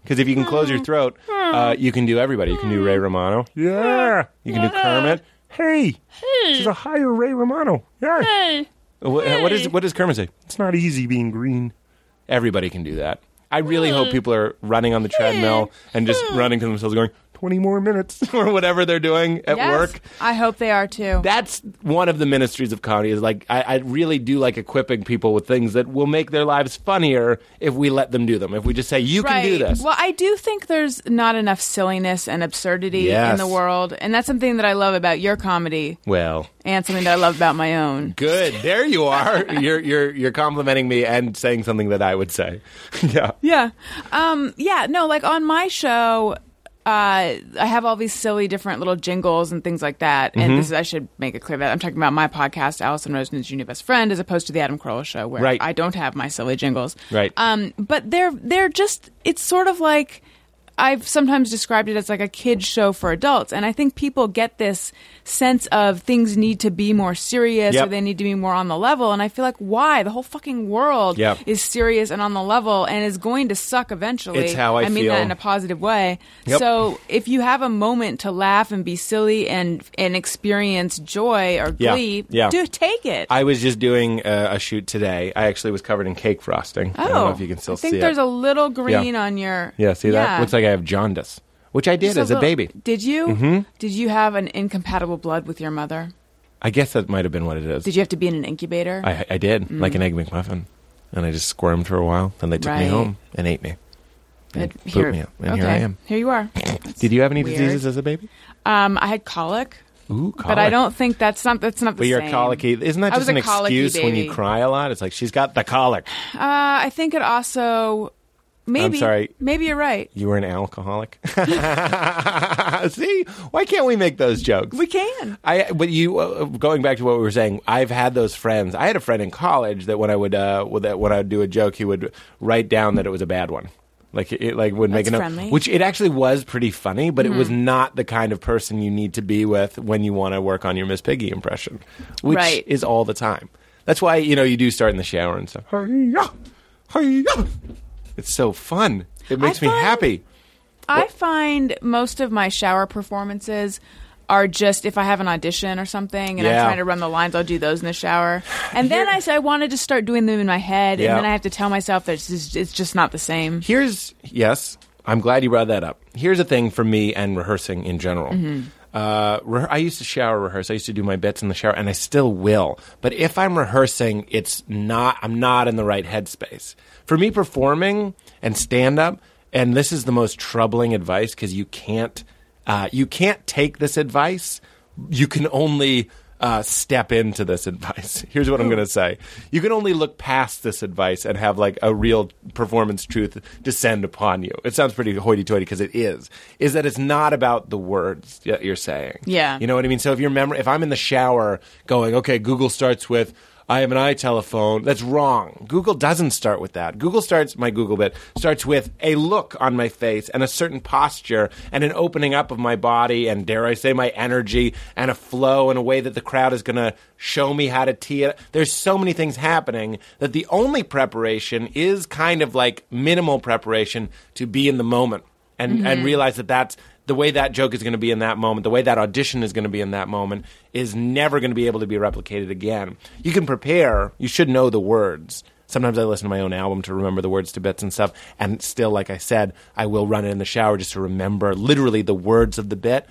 Because if you can close your throat, uh, you can do everybody. You can do Ray Romano. Hmm. Yeah. You can do Kermit. Hey. Hey. She's a higher Ray Romano. Yeah. Hey. What, what is what does Kermit say? It's not easy being green. Hmm. Everybody can do that. I really hope people are running on the treadmill and just running to themselves, going, 20 Hmm. more minutes or whatever they're doing at Yes, work. I hope they are too. That's one of the ministries of comedy is like I, I really do like equipping people with things that will make their lives funnier if we let them do them. If we just say you right. can do this. Well, I do think there's not enough silliness and absurdity Yes. in the world, and that's something that I love about your comedy, well, and something that I love about my own. good. There you are. you're you're you're complimenting me and saying something that I would say. yeah. Yeah. Um, yeah, no, like on my show, uh, I have all these silly different little jingles and things like that. Mm-hmm. And this is, I should make it clear that I'm talking about my podcast, Allison Rosen's Your New Best Friend, as opposed to the Adam Carolla show where Right. I don't have my silly jingles. Right. Um, but they're, they're just, it's sort of like, I've sometimes described it as like a kid's show for adults. And I think people get this sense of things need to be more serious Yep. or they need to be more on the level. And I feel like, why? The whole fucking world Yep. is serious and on the level and is going to suck eventually. It's how I mean that feel. in a positive way. Yep. So if you have a moment to laugh and be silly and and experience joy or Yeah. glee, Yeah. do take it. I was just doing uh, a shoot today. I actually was covered in cake frosting. I don't know if you can still Oh, I think see there's it. a little green Yeah. on your yeah, see Yeah. that? Looks like I have jaundice, which I did Just as a little- baby. Mm-hmm. Did you? Did you have an incompatible blood with your mother? I guess that might have been what it is. Did you have to be in an incubator? I, I did, Mm. like an egg McMuffin. And I just squirmed for a while. Then they took me Right. home and ate me. And It- pooped me up. And here okay. I am. Here you are. Did you have any weird. diseases as a baby? Um, I had colic, Ooh, colic. but I don't think that's not that's not the But you're same. colicky. Isn't that I just was a an colicky excuse when you baby. cry a lot? It's like, she's got the colic. Uh, I think it also maybe. sorry. Maybe you're right. You were an alcoholic. See? Why can't we make those jokes? We can. I but you uh, going back to what we were saying. I've had those friends. I had a friend in college that when I would uh, with- that when I would do a joke, he would write down that it was a bad one. Like it, like would make That's a note, friendly. Mm-hmm. which it actually was pretty funny, but it was not the kind of person you need to be with when you want to work on your Miss Piggy impression, which Right. is all the time. That's why you know you do start in the shower and stuff. Hi-ya! Hi-ya! It's so fun. It makes me find- happy. I find most of my shower performances are just if I have an audition or something and Yeah. I'm trying to run the lines, I'll do those in the shower. And then I say I want to just start doing them in my head, Yeah. and then I have to tell myself that it's just, it's just not the same. Mm-hmm. Here's yes, I'm glad you brought that up. Here's a thing for me and rehearsing in general. Uh, re- I used to shower rehearse. I used to do my bits in the shower, and I still will. But if I'm rehearsing, it's not. I'm not in the right headspace for me performing and stand up. And this is the most troubling advice because you can't. Uh, you can't take this advice. You can only uh, step into this advice. Here's what I'm going to say. You can only look past this advice and have like a real performance truth descend upon you. It sounds pretty hoity toity because it is. Is that it's not about the words that you're saying. Yeah. You know what I mean? So if you're mem- if I'm in the shower going, okay, Google starts with I have an eye telephone. That's wrong. Google doesn't start with that. Google starts my Google bit starts with a look on my face and a certain posture and an opening up of my body and dare I say my energy and a flow in a way that the crowd is going to show me how to tee it. There's so many things happening that the only preparation is kind of like minimal preparation to be in the moment and and realize that that's the way that joke is going to be in that moment, the way that audition is going to be in that moment is never going to be able to be replicated again. You can prepare, you should know the words. Sometimes I listen to my own album to remember the words to bits and stuff, and still like I said, I will run it in the shower just to remember literally the words of the bit.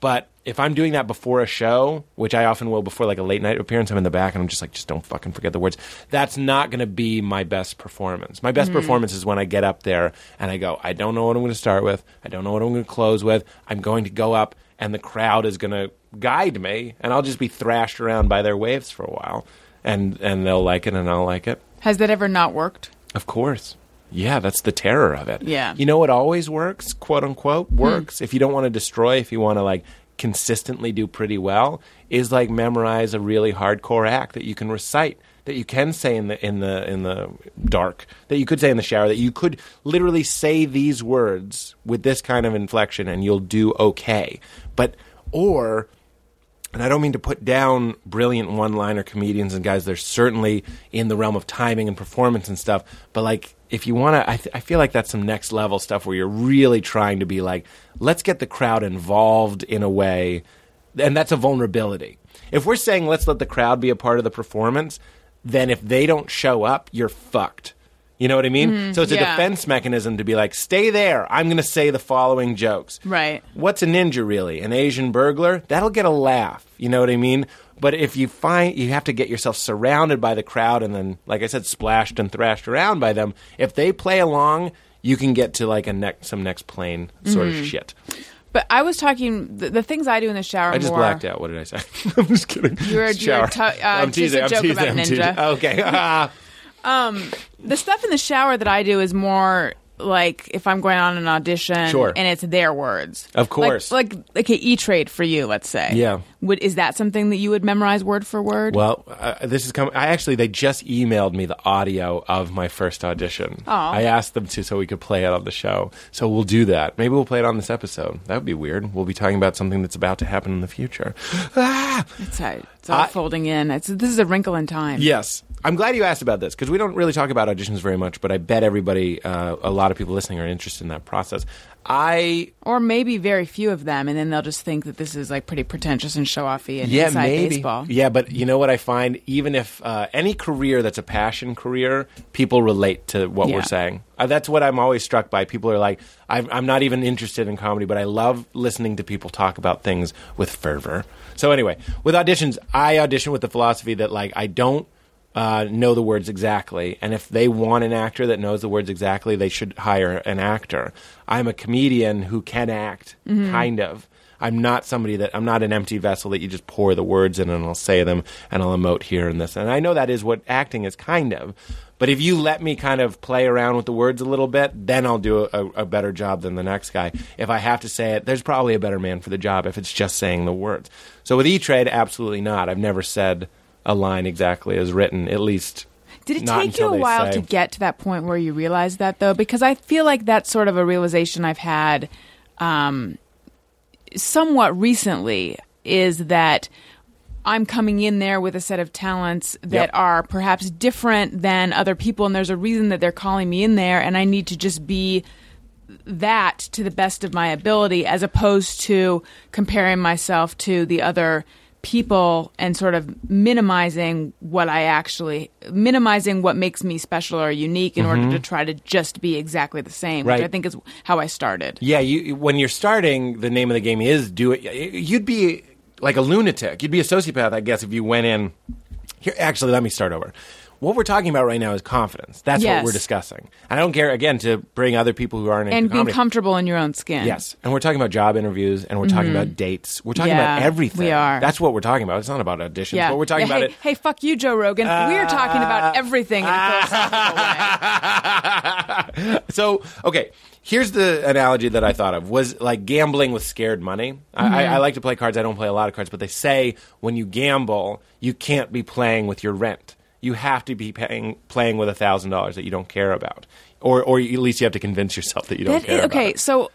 But if I'm doing that before a show, which I often will before like a late night appearance, I'm in the back and I'm just like, just don't fucking forget the words. That's not going to be my best performance. My best performance is when I get up there and I go, I don't know what I'm going to start with. I don't know what I'm going to close with. I'm going to go up and the crowd is going to guide me and I'll just be thrashed around by their waves for a while. And, and they'll like it and I'll like it. Has that ever not worked? Of course. Yeah, that's the terror of it. Yeah. You know what always works, quote unquote, works if you don't want to destroy, if you want to like consistently do pretty well, is like memorize a really hardcore act that you can recite, that you can say in the in the in the dark, that you could say in the shower, that you could literally say these words with this kind of inflection and you'll do okay. But or and I don't mean to put down brilliant one liner comedians and guys. They're certainly in the realm of timing and performance and stuff. But like, if you want to, I, th- I feel like that's some next level stuff where you're really trying to be like, let's get the crowd involved in a way. And that's a vulnerability. If we're saying let's let the crowd be a part of the performance, then if they don't show up, you're fucked. You know what I mean? so it's a yeah. defense mechanism to be like, stay there. I'm going to say the following jokes. Right. What's a ninja really? An Asian burglar? That'll get a laugh. You know what I mean? But if you find you have to get yourself surrounded by the crowd and then, like I said, splashed and thrashed around by them, if they play along, you can get to like a neck some next plane sort Mm-hmm. of shit. But I was talking the, the things I do in the shower. I just more, blacked out. What did I say? I'm just kidding. were- you Shower. were to- uh, I'm just teasing. a I'm joke teasing. about I'm ninja. teasing. Okay. Ah. The stuff in the shower that I do is more like if I'm going on an audition Sure. and it's their words. Of course. Like like, like E Trade for you, let's say. Yeah. Would is that something that you would memorize word for word? Well, uh, this is coming. I actually, they just emailed me the audio of my first audition. Aw. I asked them to so we could play it on the show. So we'll do that. Maybe we'll play it on this episode. That would be weird. We'll be talking about something that's about to happen in the future. Ah! it's, all- it's all I- folding in. It's this is a wrinkle in time. Yes. I'm glad you asked about this because we don't really talk about auditions very much, but I bet everybody, uh, a lot of people listening, are interested in that process. I Or maybe very few of them, and then they'll just think that this is like pretty pretentious and show offy and inside baseball. Yeah, but you know what I find? Even if uh, any career that's a passion career, people relate to what Yeah. we're saying. Uh, that's what I'm always struck by. People are like, I'm, I'm not even interested in comedy, but I love listening to people talk about things with fervor. So anyway, with auditions, I audition with the philosophy that like I don't. Uh, know the words exactly, and if they want an actor that knows the words exactly, they should hire an actor. I'm a comedian who can act, Mm-hmm. kind of, I'm not somebody that I'm not an empty vessel that you just pour the words in and I'll say them and I'll emote here and this. And I know that is what acting is kind of. But if you let me kind of play around with the words a little bit, then I'll do a, a better job than the next guy. If I have to say it, there's probably a better man for the job if it's just saying the words. So with E Trade, absolutely not. I've never said a line exactly as written, at least. Did it not take you until a they while say- to get to that point where you realized that though? Because I feel like that's sort of a realization I've had um, somewhat recently is that I'm coming in there with a set of talents that Yep. are perhaps different than other people, and there's a reason that they're calling me in there, and I need to just be that to the best of my ability as opposed to comparing myself to the other people and sort of minimizing what I actually minimizing what makes me special or unique in order to try to just be exactly the same, Mm-hmm. Right. which I think is how I started. Yeah, you when you're starting, the name of the game is do it. You'd be like a lunatic. You'd be a sociopath, I guess, if you went in. Here, actually, let me start over. What we're talking about right now is confidence. That's Yes. what we're discussing. I don't care again to bring other people who aren't And into being comedy. comfortable in your own skin. Yes, and we're talking about job interviews, and we're talking about dates. We're talking about Mm-hmm. Yeah, everything. we are. That's what we're talking about. It's not about auditions. Yeah. But we're talking Yeah, about hey, it. Uh, Hey, fuck you, Joe Rogan. We're talking about everything in a philosophical way. so okay here's the analogy that i thought of was like gambling with scared money I I, Mm-hmm. I like to play cards i don't play a lot of cards but they say when you gamble you can't be playing with your rent you have to be paying, playing with $1000 that you don't care about or, or at least you have to convince yourself that you don't That care is- about okay, it. so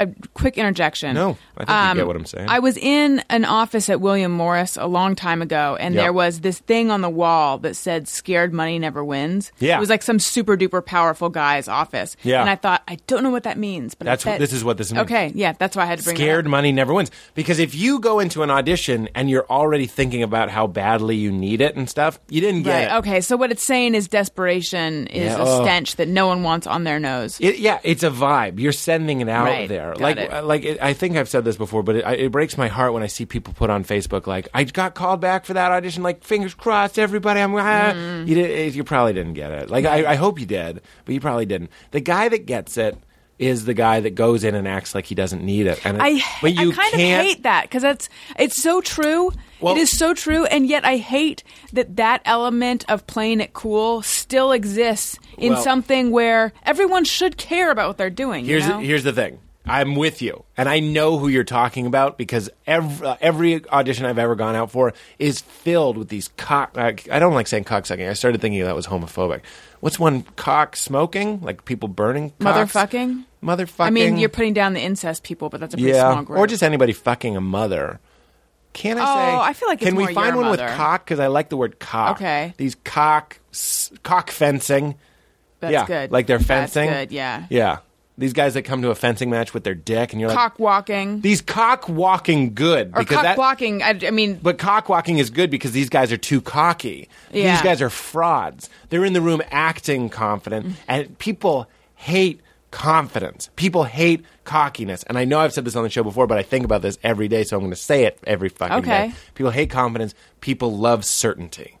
a quick interjection. No, Um, I think you get what I'm saying. I was in an office at William Morris a long time ago, and Yep. there was this thing on the wall that said "Scared money never wins." Yeah. it was like some super duper powerful guy's office. Yeah. and I thought I don't know what that means, but I That's what- bet- this is what this means. Okay, yeah, that's why I had to bring that scared up. money never wins because if you go into an audition and you're already thinking about how badly you need it and stuff you didn't get Right. it Okay. So what it's saying is desperation is Yeah, a ugh. stench that no one wants on their nose. It, yeah, it's a vibe. You're sending it out Right. there. Got like, it. uh, like it, I think I've said this before, but it, I- it breaks my heart when I see people put on Facebook like, "I got called back for that audition." Like, fingers crossed, everybody. I'm. ah." Mm-hmm. You did, You probably didn't get it. Like, I, I hope you did, but you probably didn't. The guy that gets it is the guy that goes in and acts like he doesn't need it. And it- I, but you I kind can't, of hate that because that's it's so true. Well- it is so true, and yet I hate that that element of playing it cool still exists in Well- something where everyone should care about what they're doing. you Here's know? the, here's the thing. I'm with you, and I know who you're talking about because every, uh, every audition I've ever gone out for is filled with these cock. Uh, I don't like saying cocksucking. I started thinking that was homophobic. What's one cock smoking? Like people burning cocks? Motherfucking? motherfucking. I mean, you're putting down the incest people, but that's a pretty yeah, small group. or just anybody fucking a mother. Can I say? Oh, I feel like it's can we more find your one with mother. cock? Because I like the word cock. Okay. these cock s- cock fencing. that's yeah, good. like they're That's fencing. good, yeah. yeah. These guys that come to a fencing match with their dick, and you're like, cock walking these cock walking good or because cock that. blocking. I, I mean, but cock walking is good because these guys are too cocky. These Yeah. guys are frauds. They're in the room acting confident, and people hate confidence. People hate cockiness. And I know I've said this on the show before, but I think about this every day, so I'm going to say it every fucking Okay. day. People hate confidence. People love certainty.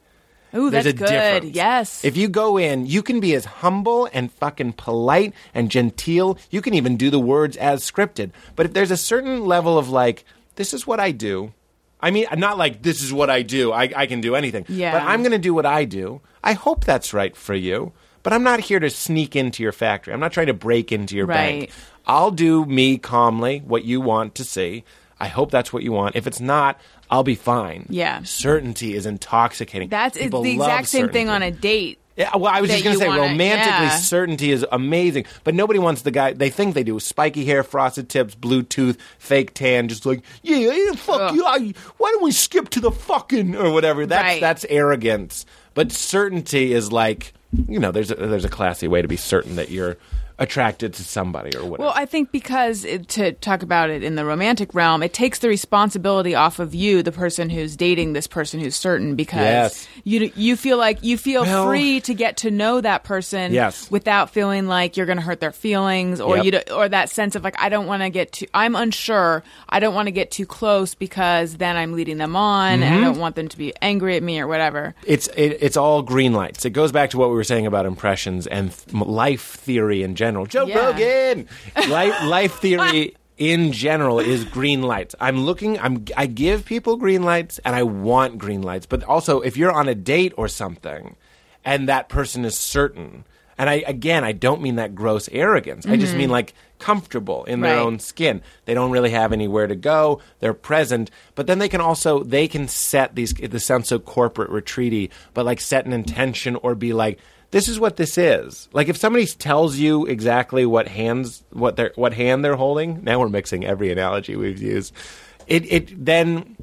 ooh, that's There's a good. difference. Yes. If you go in, you can be as humble and fucking polite and genteel. You can even do the words as scripted. But if there's a certain level of like, this is what I do. I mean, not like this is what I do. I, I can do anything. Yeah. But I'm going to do what I do. I hope that's right for you. But I'm not here to sneak into your factory. I'm not trying to break into your bank. Right. I'll do me calmly what you want to see. I hope that's what you want. If it's not, I'll be fine. Yeah. Certainty is intoxicating. that's it's People the love exact same thing certainty. on a date. Yeah, well, I was that just going to you say, wanna- romantically, yeah. certainty is amazing, but nobody wants the guy. They think they do spiky hair, frosted tips, blue tooth, fake tan, just like yeah, yeah fuck Ugh. you. I, why don't we skip to the fucking or whatever? That's Right. that's arrogance. But certainty is like you know, there's a, there's a classy way to be certain that you're attracted to somebody or whatever. Well, I think because it, to talk about it in the romantic realm, it takes the responsibility off of you, the person who's dating this person who's certain, because Yes. you you feel like you feel Well- free to get to know that person Yes. without feeling like you're going to hurt their feelings or Yep. you don't- or that sense of like I don't want to get too I'm unsure, I don't want to get too close because then I'm leading them on Mm-hmm. and I don't want them to be angry at me or whatever. it's it, it's all green lights. It goes back to what we were saying about impressions and th- m- life theory in general. Joe Yeah. Rogan, life life theory in general is green lights. I'm looking. I'm I give people green lights and I want green lights. But also, if you're on a date or something, and that person is certain. And I again, I don't mean that gross arrogance. I just mean like comfortable in their Mm-hmm. Right. own skin. They don't really have anywhere to go. They're present, but then they can also they can set these. This sounds so corporate retreaty, but like set an intention or be like, this is what this is. Like if somebody tells you exactly what hands what they are what hand they're holding. Now we're mixing every analogy we've used. It it then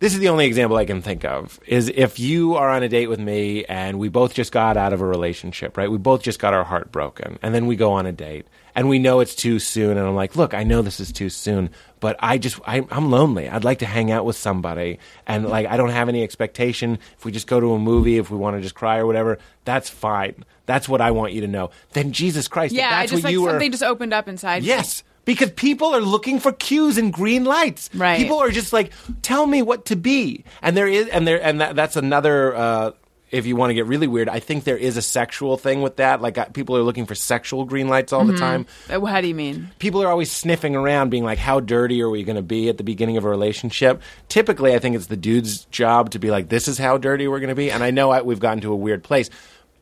this is the only example I can think of is if you are on a date with me and we both just got out of a relationship, right? We both just got our heart broken and then we go on a date and we know it's too soon and I'm like, "Look, I know this is too soon, but I just I I'm lonely. I'd like to hang out with somebody and like I don't have any expectation. If we just go to a movie, if we want to just cry or whatever, that's fine. That's what I want you to know." Then Jesus Christ, if Yeah, I that's just what like you were something just opened up inside. me. Yes. Because people are looking for cues and green lights. Right. People are just like, tell me what to be. And there is, and there, and that, that's another. Uh, if you want to get really weird, I think there is a sexual thing with that. Like uh, people are looking for sexual green lights all the time Uh, How do you mean? people are always sniffing around being like how dirty are we going to be at the beginning of a relationship typically i think it's the dude's job to be like this is how dirty we're going to be and i know I, we've gotten to a weird place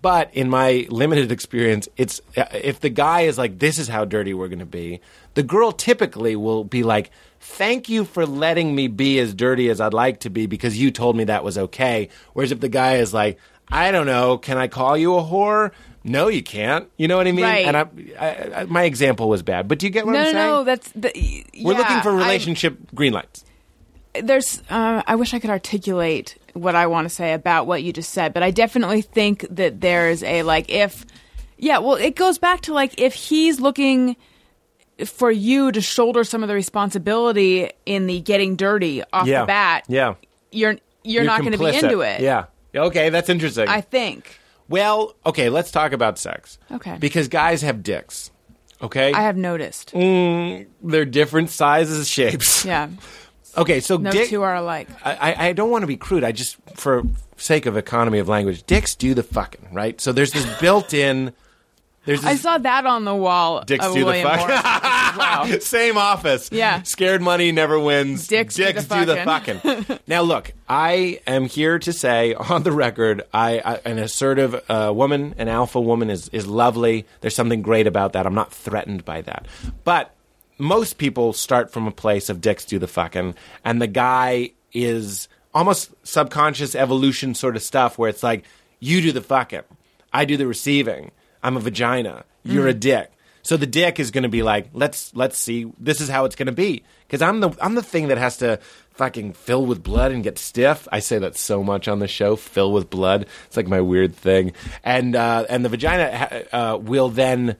but in my limited experience it's uh, if the guy is like this is how dirty we're going to be the girl typically will be like thank you for letting me be as dirty as i'd like to be because you told me that was okay whereas if the guy is like i don't know can i call you a whore no, you can't. You know what I mean? Right. And I, I, I, my example was bad, but do you get what no, I'm no, saying? no, that's the, We're yeah, looking for I'm- relationship green lights. there's uh, i wish i could articulate what i want to say about what you just said but i definitely think that there's a like if yeah well it goes back to like if he's looking for you to shoulder some of the responsibility in the getting dirty off Yeah. the bat Yeah. you're you're, not going to be complicit. into it Yeah. Okay, that's interesting. i think well, okay, let's talk about sex. Okay. Because guys have dicks. Okay? i have noticed Mm. They're different sizes, shapes. yeah Okay, so no dick two are alike I, I- I don't want to be crude. I just, for sake of economy of language, dicks do the fucking, right? So there's this built in. There's this i saw that on the wall Dicks of do the William fuck. Morris. wow Same office. Yeah. Scared money never wins. Dicks do the fucking. fucking. now look, I am here to say on the record, I, I an assertive uh, woman, an alpha woman is is lovely. There's something great about that. I'm not threatened by that. But most people start from a place of dicks do the fucking, and the guy is almost subconscious evolution sort of stuff where it's like you do the fucking, I do the receiving. I'm a vagina. You're a dick. So the dick is going to be like, let's let's see. This is how it's going to be because I'm the I'm the thing that has to fucking fill with blood and get stiff. I say that so much on the show. Fill with blood. It's like my weird thing. And uh, and the vagina ha- uh, will uh, then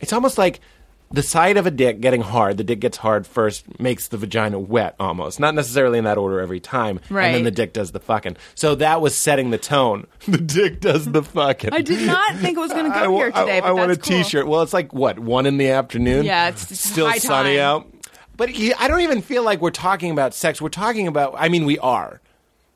It's almost like the side of a dick getting hard, the dick gets hard first, makes the vagina wet almost. Not necessarily in that order every time. And Right. then the dick does the fucking. So that was setting the tone. The dick does the fucking. I did not think it was going to go I wa- here today. I, but I want a that's cool. T-shirt. Well, it's like what one in the afternoon. Yeah, it's- it's still high sunny time. out. But he, I don't even feel like we're talking about sex. We're talking about. I mean, we are.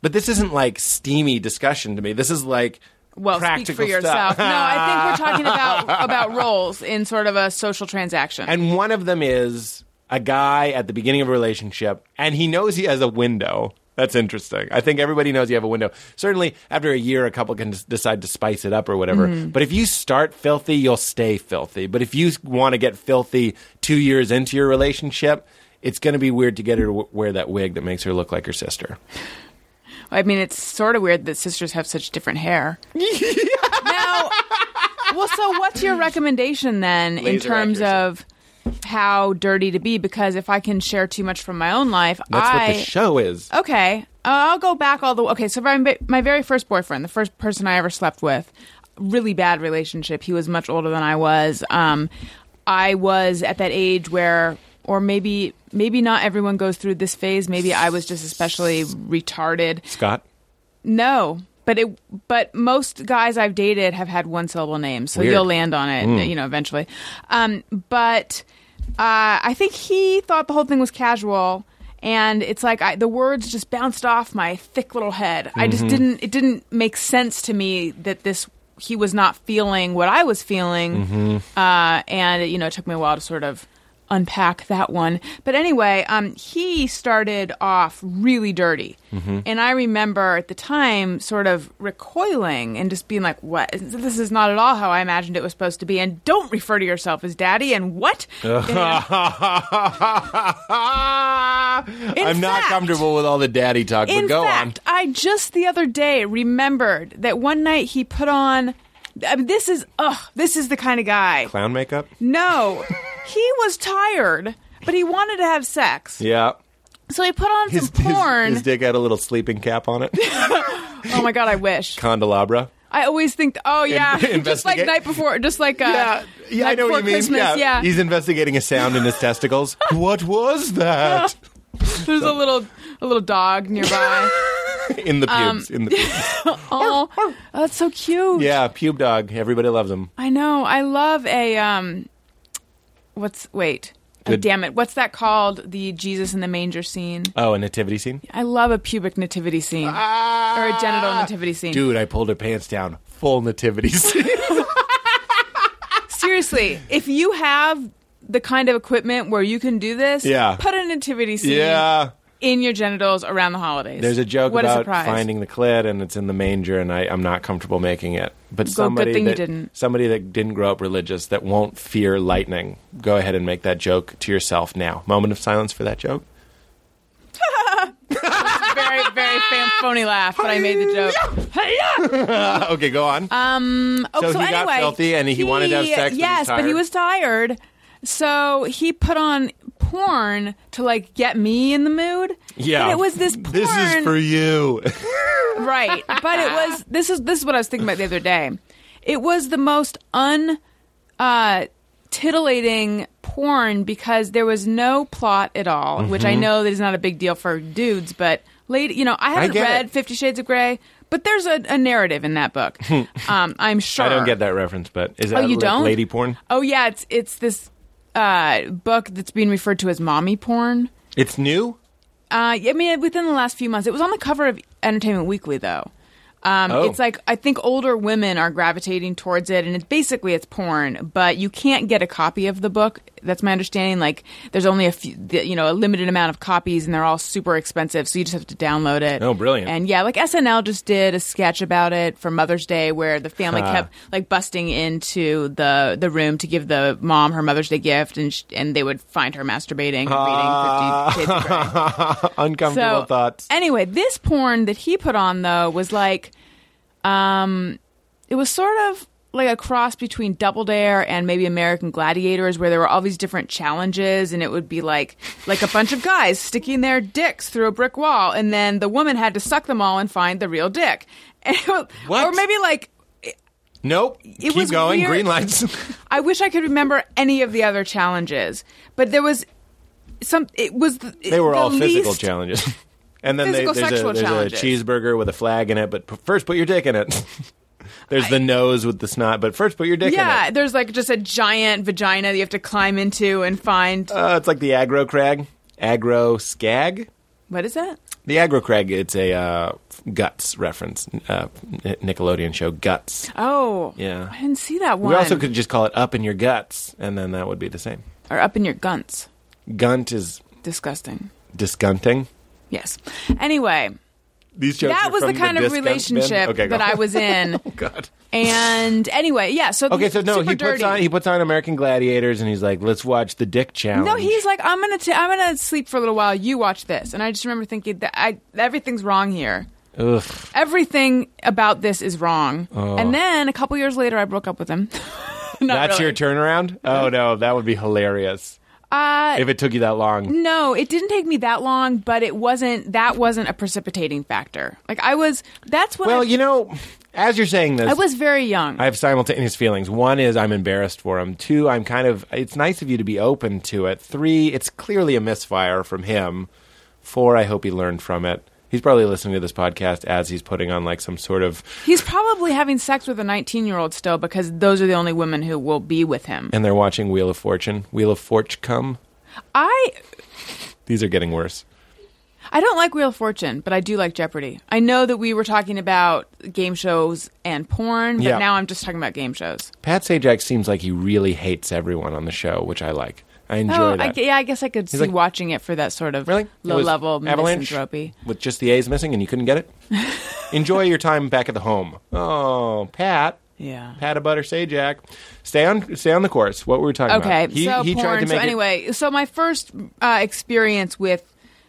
But this isn't like steamy discussion to me. This is like Well, practical speak for stuff. yourself. no, I think we're talking about about roles in sort of a social transaction. And one of them is a guy at the beginning of a relationship, and he knows he has a window. That's interesting. I think everybody knows you have a window. Certainly, after a year, a couple can des- decide to spice it up or whatever. Mm-hmm. But if you start filthy, you'll stay filthy. But if you want to get filthy two years into your relationship, it's going to be weird to get her to w- wear that wig that makes her look like her sister. I mean, it's sort of weird that sisters have such different hair. now, well, so what's your recommendation then in Laser terms accuracy. of how dirty to be? Because if I can share too much from my own life, That's I what the show is. Okay, uh, I'll go back all the way. Okay, so my my very first boyfriend, the first person I ever slept with, really bad relationship. He was much older than I was. Um, I was at that age where, or maybe maybe not everyone goes through this phase. Maybe I was just especially retarded. Scott? No, but it but most guys I've dated have had one syllable names, so Weird. you'll land on it, you know, eventually. Um, but uh, I think he thought the whole thing was casual, and it's like I, the words just bounced off my thick little head. I just didn't. It didn't make sense to me that this he was not feeling what I was feeling, uh, and you know, it took me a while to sort of unpack that one. But anyway, um, he started off really dirty. Mm-hmm. And I remember at the time sort of recoiling and just being like, what? This is not at all how I imagined it was supposed to be. And don't refer to yourself as daddy and what? You know? I'm not fact- comfortable with all the daddy talk, but In go on. fact, I just the other day remembered that one night he put on. I mean, this is ugh. This is the kind of guy. Clown makeup? No, he was tired, but he wanted to have sex. Yeah. So he put on His, some porn. his, his dick had a little sleeping cap on it. oh my god, I wish. Candelabra. I always think, oh yeah, just like investigate- night before, just like uh, Yeah, yeah, night I know before what you mean. Christmas, yeah. yeah. he's investigating a sound in his testicles. What was that There's a little a little dog nearby. in the Um, pubes? in the pubes. oh, that's so cute. yeah, pube dog. Everybody loves him. I know. I love a um, what's wait. Oh, Good. damn it! What's that called? The Jesus in the manger scene. Oh, a nativity scene I love a pubic nativity scene or a genital nativity scene. Ah! Dude, I pulled her pants down. Full nativity scene. Seriously, if you have the kind of equipment where you can do this, Yeah. put a nativity scene yeah. in your genitals around the holidays. There's a joke What about surprise. finding the clit, and it's in the manger, and I, I'm not comfortable making it. But somebody thing you that didn't. somebody that didn't grow up religious that won't fear lightning, go ahead and make that joke to yourself now. Moment of silence for that joke. very, very fam- phony laugh, but I made the joke. Hi-ya! Uh, okay, go on. Oh, So so, he got anyway, filthy and he wanted to have sex, but he's Yes, but he tired. was tired, so he put on porn to like get me in the mood. yeah, but it was this porn. This is for you. right but it was this is this is what i was thinking about the other day it was the most un uh titillating porn because there was no plot at all Mm-hmm. which i know that is not a big deal for dudes but lady you know i haven't get read it. 50 shades of gray but there's a, a narrative in that book um i'm sure I don't get that reference, but is that you like don't? lady porn? oh yeah it's it's this uh book that's being referred to as mommy porn It's new. uh, I mean, within the last few months, it was on the cover of Entertainment Weekly, though. Um, Oh. It's like I think older women are gravitating towards it, and it's basically it's porn, but you can't get a copy of the book. That's my understanding. Like, there's only a few, the- you know, a limited amount of copies, and they're all super expensive, so you just have to download it. Oh, brilliant. And yeah, like SNL just did a sketch about it for Mother's Day, where the family Huh. kept like busting into the the room to give the mom her Mother's Day gift, and sh- and they would find her masturbating and Ah. reading Fifty Shades of Grey. Uncomfortable thoughts. Anyway, this porn that he put on though was like, um, it was sort of like a cross between Double Dare and maybe American Gladiators, where there were all these different challenges, and it would be like like a bunch of guys sticking their dicks through a brick wall, and then the woman had to suck them all and find the real dick, And- What? or maybe like. Nope. Keep was going. weird. Green lights. I wish I could remember any of the other challenges, but there was some. It was the, they were the all physical least- challenges. And then they, Physical, there's, a, sexual there's a challenges. cheeseburger with a flag in it, but p- first put your dick in it. there's the nose with the snot, but first put your dick in Yeah, it. there's like just a giant vagina that you have to climb into and find. Uh, it's like the aggro crag, aggro scag. what is that? The aggro crag. It's a uh, guts reference, uh, N- Nickelodeon show guts. Oh, Yeah. I didn't see that one. We also could just call it up in your guts, and then that would be the same. or up in your guns. Gunt is Disgusting. disgunting. Yes. Anyway, These jokes. that are was the from kind of disgunt bin? relationship Okay, go. that I was in. Oh God. and anyway, yeah. So Okay, the- so no, super he puts dirty. on he puts on American Gladiators, and he's like, "Let's watch the Dick Challenge." No, he's like, I'm gonna, t- I'm gonna sleep for a little while. You watch this, and I just remember thinking that I, everything's wrong here. Oh, Ugh. Everything about this is wrong. And then a couple years later, I broke up with him. Not Oh. That's really. your turnaround. Oh no, that would be hilarious Uh, if it took you that long. no, it didn't take me that long, but it wasn't. That wasn't a precipitating factor. Like I was. That's when Well, I, you know, as you're saying this, I was very young. I have simultaneous feelings. One is I'm embarrassed for him. Two, I'm kind of. It's nice of you to be open to it. Three, it's clearly a misfire from him. Four, I hope he learned from it. He's probably listening to this podcast as he's putting on like some sort of, He's probably having sex with a 19 year old still because those are the only women who will be with him. and they're watching Wheel of Fortune. Wheel of Fortune come. I These are getting worse. I don't like Wheel of Fortune, but I do like Jeopardy. I know that we were talking about game shows and porn, but Yeah. now I'm just talking about game shows. Pat Sajak seems like he really hates everyone on the show, which I like. I enjoy oh, I that. gu- yeah, I guess I could see like- watching it for that sort of Really? It low was level Avalanche misanthropy. with just the A's missing, and you couldn't get it. Enjoy your time back at the home. Oh, Pat. Yeah. Pat a butter say Jack. Stay on stay on the course. What were we talking Okay, about? He, so he porn. tried to so make it- anyway, so my first uh, experience with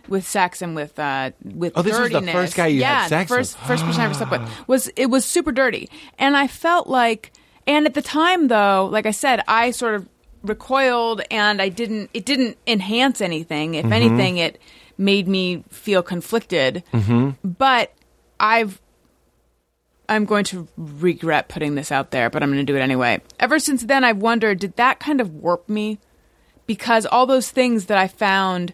with sex and with uh, with Oh, this was the dirtiness- first guy you yeah, had sex the first with. first person I ever slept with was it was super dirty, and I felt like, and at the time though, like I said, I sort of recoiled, and I didn't. It didn't enhance anything. Mm-hmm. If anything, it made me feel conflicted. Mm-hmm. But I've I'm going to regret putting this out there, but I'm going to do it anyway. Ever since then, I've wondered did that kind of warp me? Because all those things that I found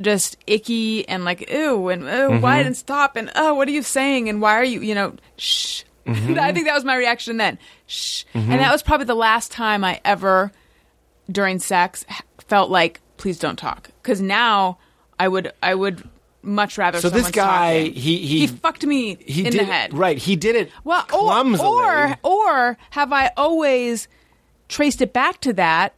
just icky and like, ew, and ew, Mm-hmm. why didn't stop? And oh, what are you saying? And why are you, you know, shh. Mm-hmm. I think that was my reaction then. Shh. And that was probably the last time I ever, during sex, h- felt like, please don't talk. Because now I would, I would much rather So this someone's guy, talking. he- he- fucked me he in did the head. Right, he did it Well, or, clumsily. or or have I always traced it back to that?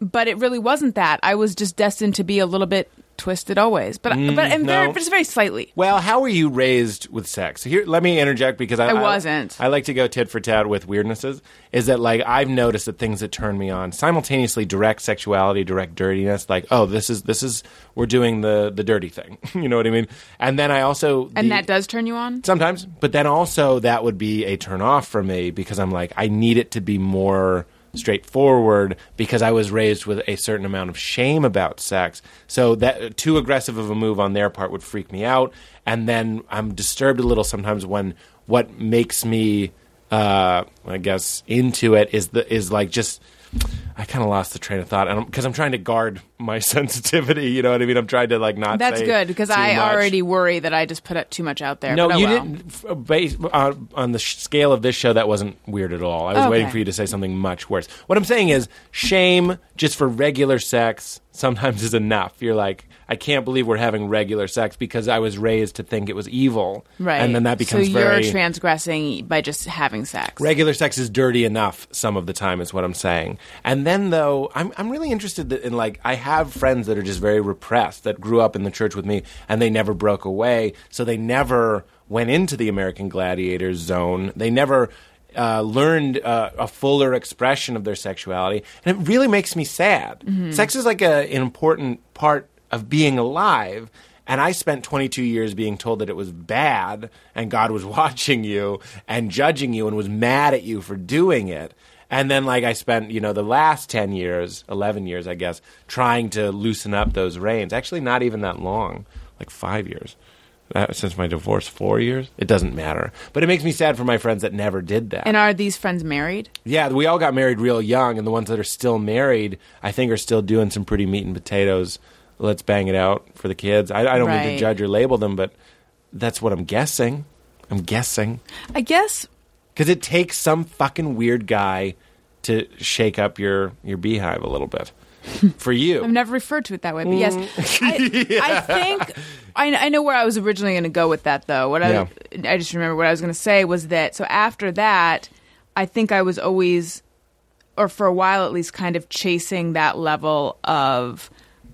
But it really wasn't that. I was just destined to be a little bit twisted always. But but and very, Mm, no. but just very slightly. Well, how were you raised with sex? Here, let me interject because I, I wasn't. I, like to go tit for tat with weirdnesses. Is that like I've noticed that things that turn me on simultaneously direct sexuality, direct dirtiness. Like, oh, this is this is we're doing the the dirty thing. you know what I mean? And then I also And the- that does turn you on. sometimes, but then also that would be a turn off for me because I'm like I need it to be more straightforward because I was raised with a certain amount of shame about sex. So that too aggressive of a move on their part would freak me out, and then I'm disturbed a little sometimes when what makes me, uh, I guess, into it is the is like just. I kind of lost the train of thought, and because I'm, trying to guard my sensitivity, you know what I mean. I'm trying to like not. That's say good because too I much. already worry that I just put up too much out there. No, but oh you well. didn't. f- uh, Based on, on the sh- scale of this show, that wasn't weird at all. I was Okay. waiting for you to say something much worse. What I'm saying is, shame just for regular sex sometimes is enough. You're like, I can't believe we're having regular sex because I was raised to think it was evil, Right. And then that becomes so very you're transgressing by just having sex. regular sex is dirty enough some of the time is what i'm saying and then though i'm, I'm really interested that in like i have friends that are just very repressed that grew up in the church with me and they never broke away so they never went into the american gladiators zone they never uh, learned uh, a fuller expression of their sexuality and it really makes me sad sex is like a, an important part of being alive and I spent 22 years being told that it was bad and God was watching you and judging you and was mad at you for doing it. And then, like, I spent, you know, the last 10 years, 11 years, I guess, trying to loosen up those reins. Actually, not even that long, like five years. uh, since my divorce four years. It doesn't matter, but it makes me sad for my friends that never did that. And are these friends married? yeah, we all got married real young, and the ones that are still married, I think, are still doing some pretty meat and potatoes. Let's bang it out for the kids. I, I don't mean Right. to judge or label them, but that's what I'm guessing. I'm guessing. I guess Because it takes some fucking weird guy to shake up your, your beehive a little bit. For you. I've never referred to it that way, but yes, I, I think I, I know where I was originally going to go with that, though. What I I just remember what I was going to say was that so after that, I think I was always, or for a while at least, kind of chasing that level of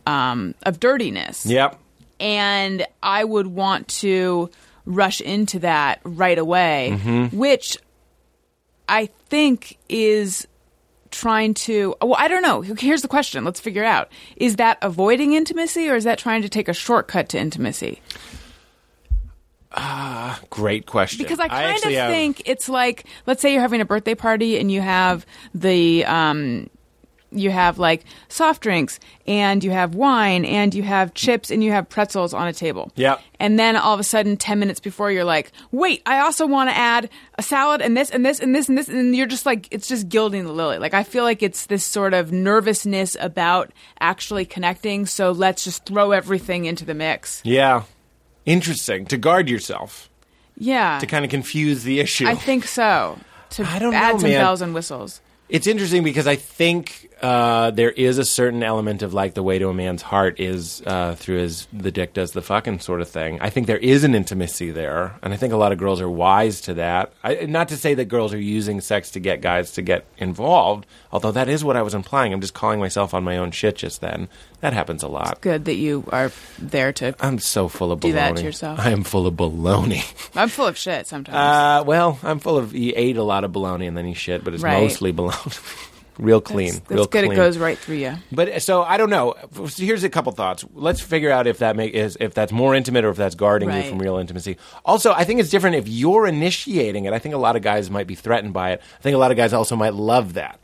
um, of dirtiness yep. and I would want to rush into that right away, which I think is trying to. Well, I don't know. Here's the question. Let's figure it out. Is that avoiding intimacy or is that trying to take a shortcut to intimacy? Great question. Because I kind of actually have- think it's like, let's say you're having a birthday party and you have the. Um, you have like soft drinks and you have wine and you have chips and you have pretzels on a table. Yep. And then all of a sudden, 10 minutes before, you're like, wait, I also want to add a salad and this and this and this and this. And you're just like, it's just gilding the lily. Like, I feel like it's this sort of nervousness about actually connecting. So let's just throw everything into the mix. Yeah. Interesting. To guard yourself, Yeah. to kind of confuse the issue. I think so. To I don't add know, some man. bells and whistles. It's interesting because I think uh, there is a certain element of like the way to a man's heart is uh, through his the dick does the fucking sort of thing. I think there is an intimacy there, and I think a lot of girls are wise to that. I, not to say that girls are using sex to get guys to get involved, although that is what I was implying. I'm just calling myself on my own shit just then. That happens a lot. Good that you are there to. I'm so full of baloney. Do that to yourself. I am full of baloney. I'm full of shit sometimes. Uh, well, I'm full of. He ate a lot of bologna and then he shit, but it's Right. mostly bologna. real clean. That's real good. Clean. It goes right through you. But uh, so I don't know. So here's a couple thoughts. Let's figure out if that make is if that's more intimate or if that's guarding Right. you from real intimacy. Also, I think it's different if you're initiating it. I think a lot of guys might be threatened by it. I think a lot of guys also might love that.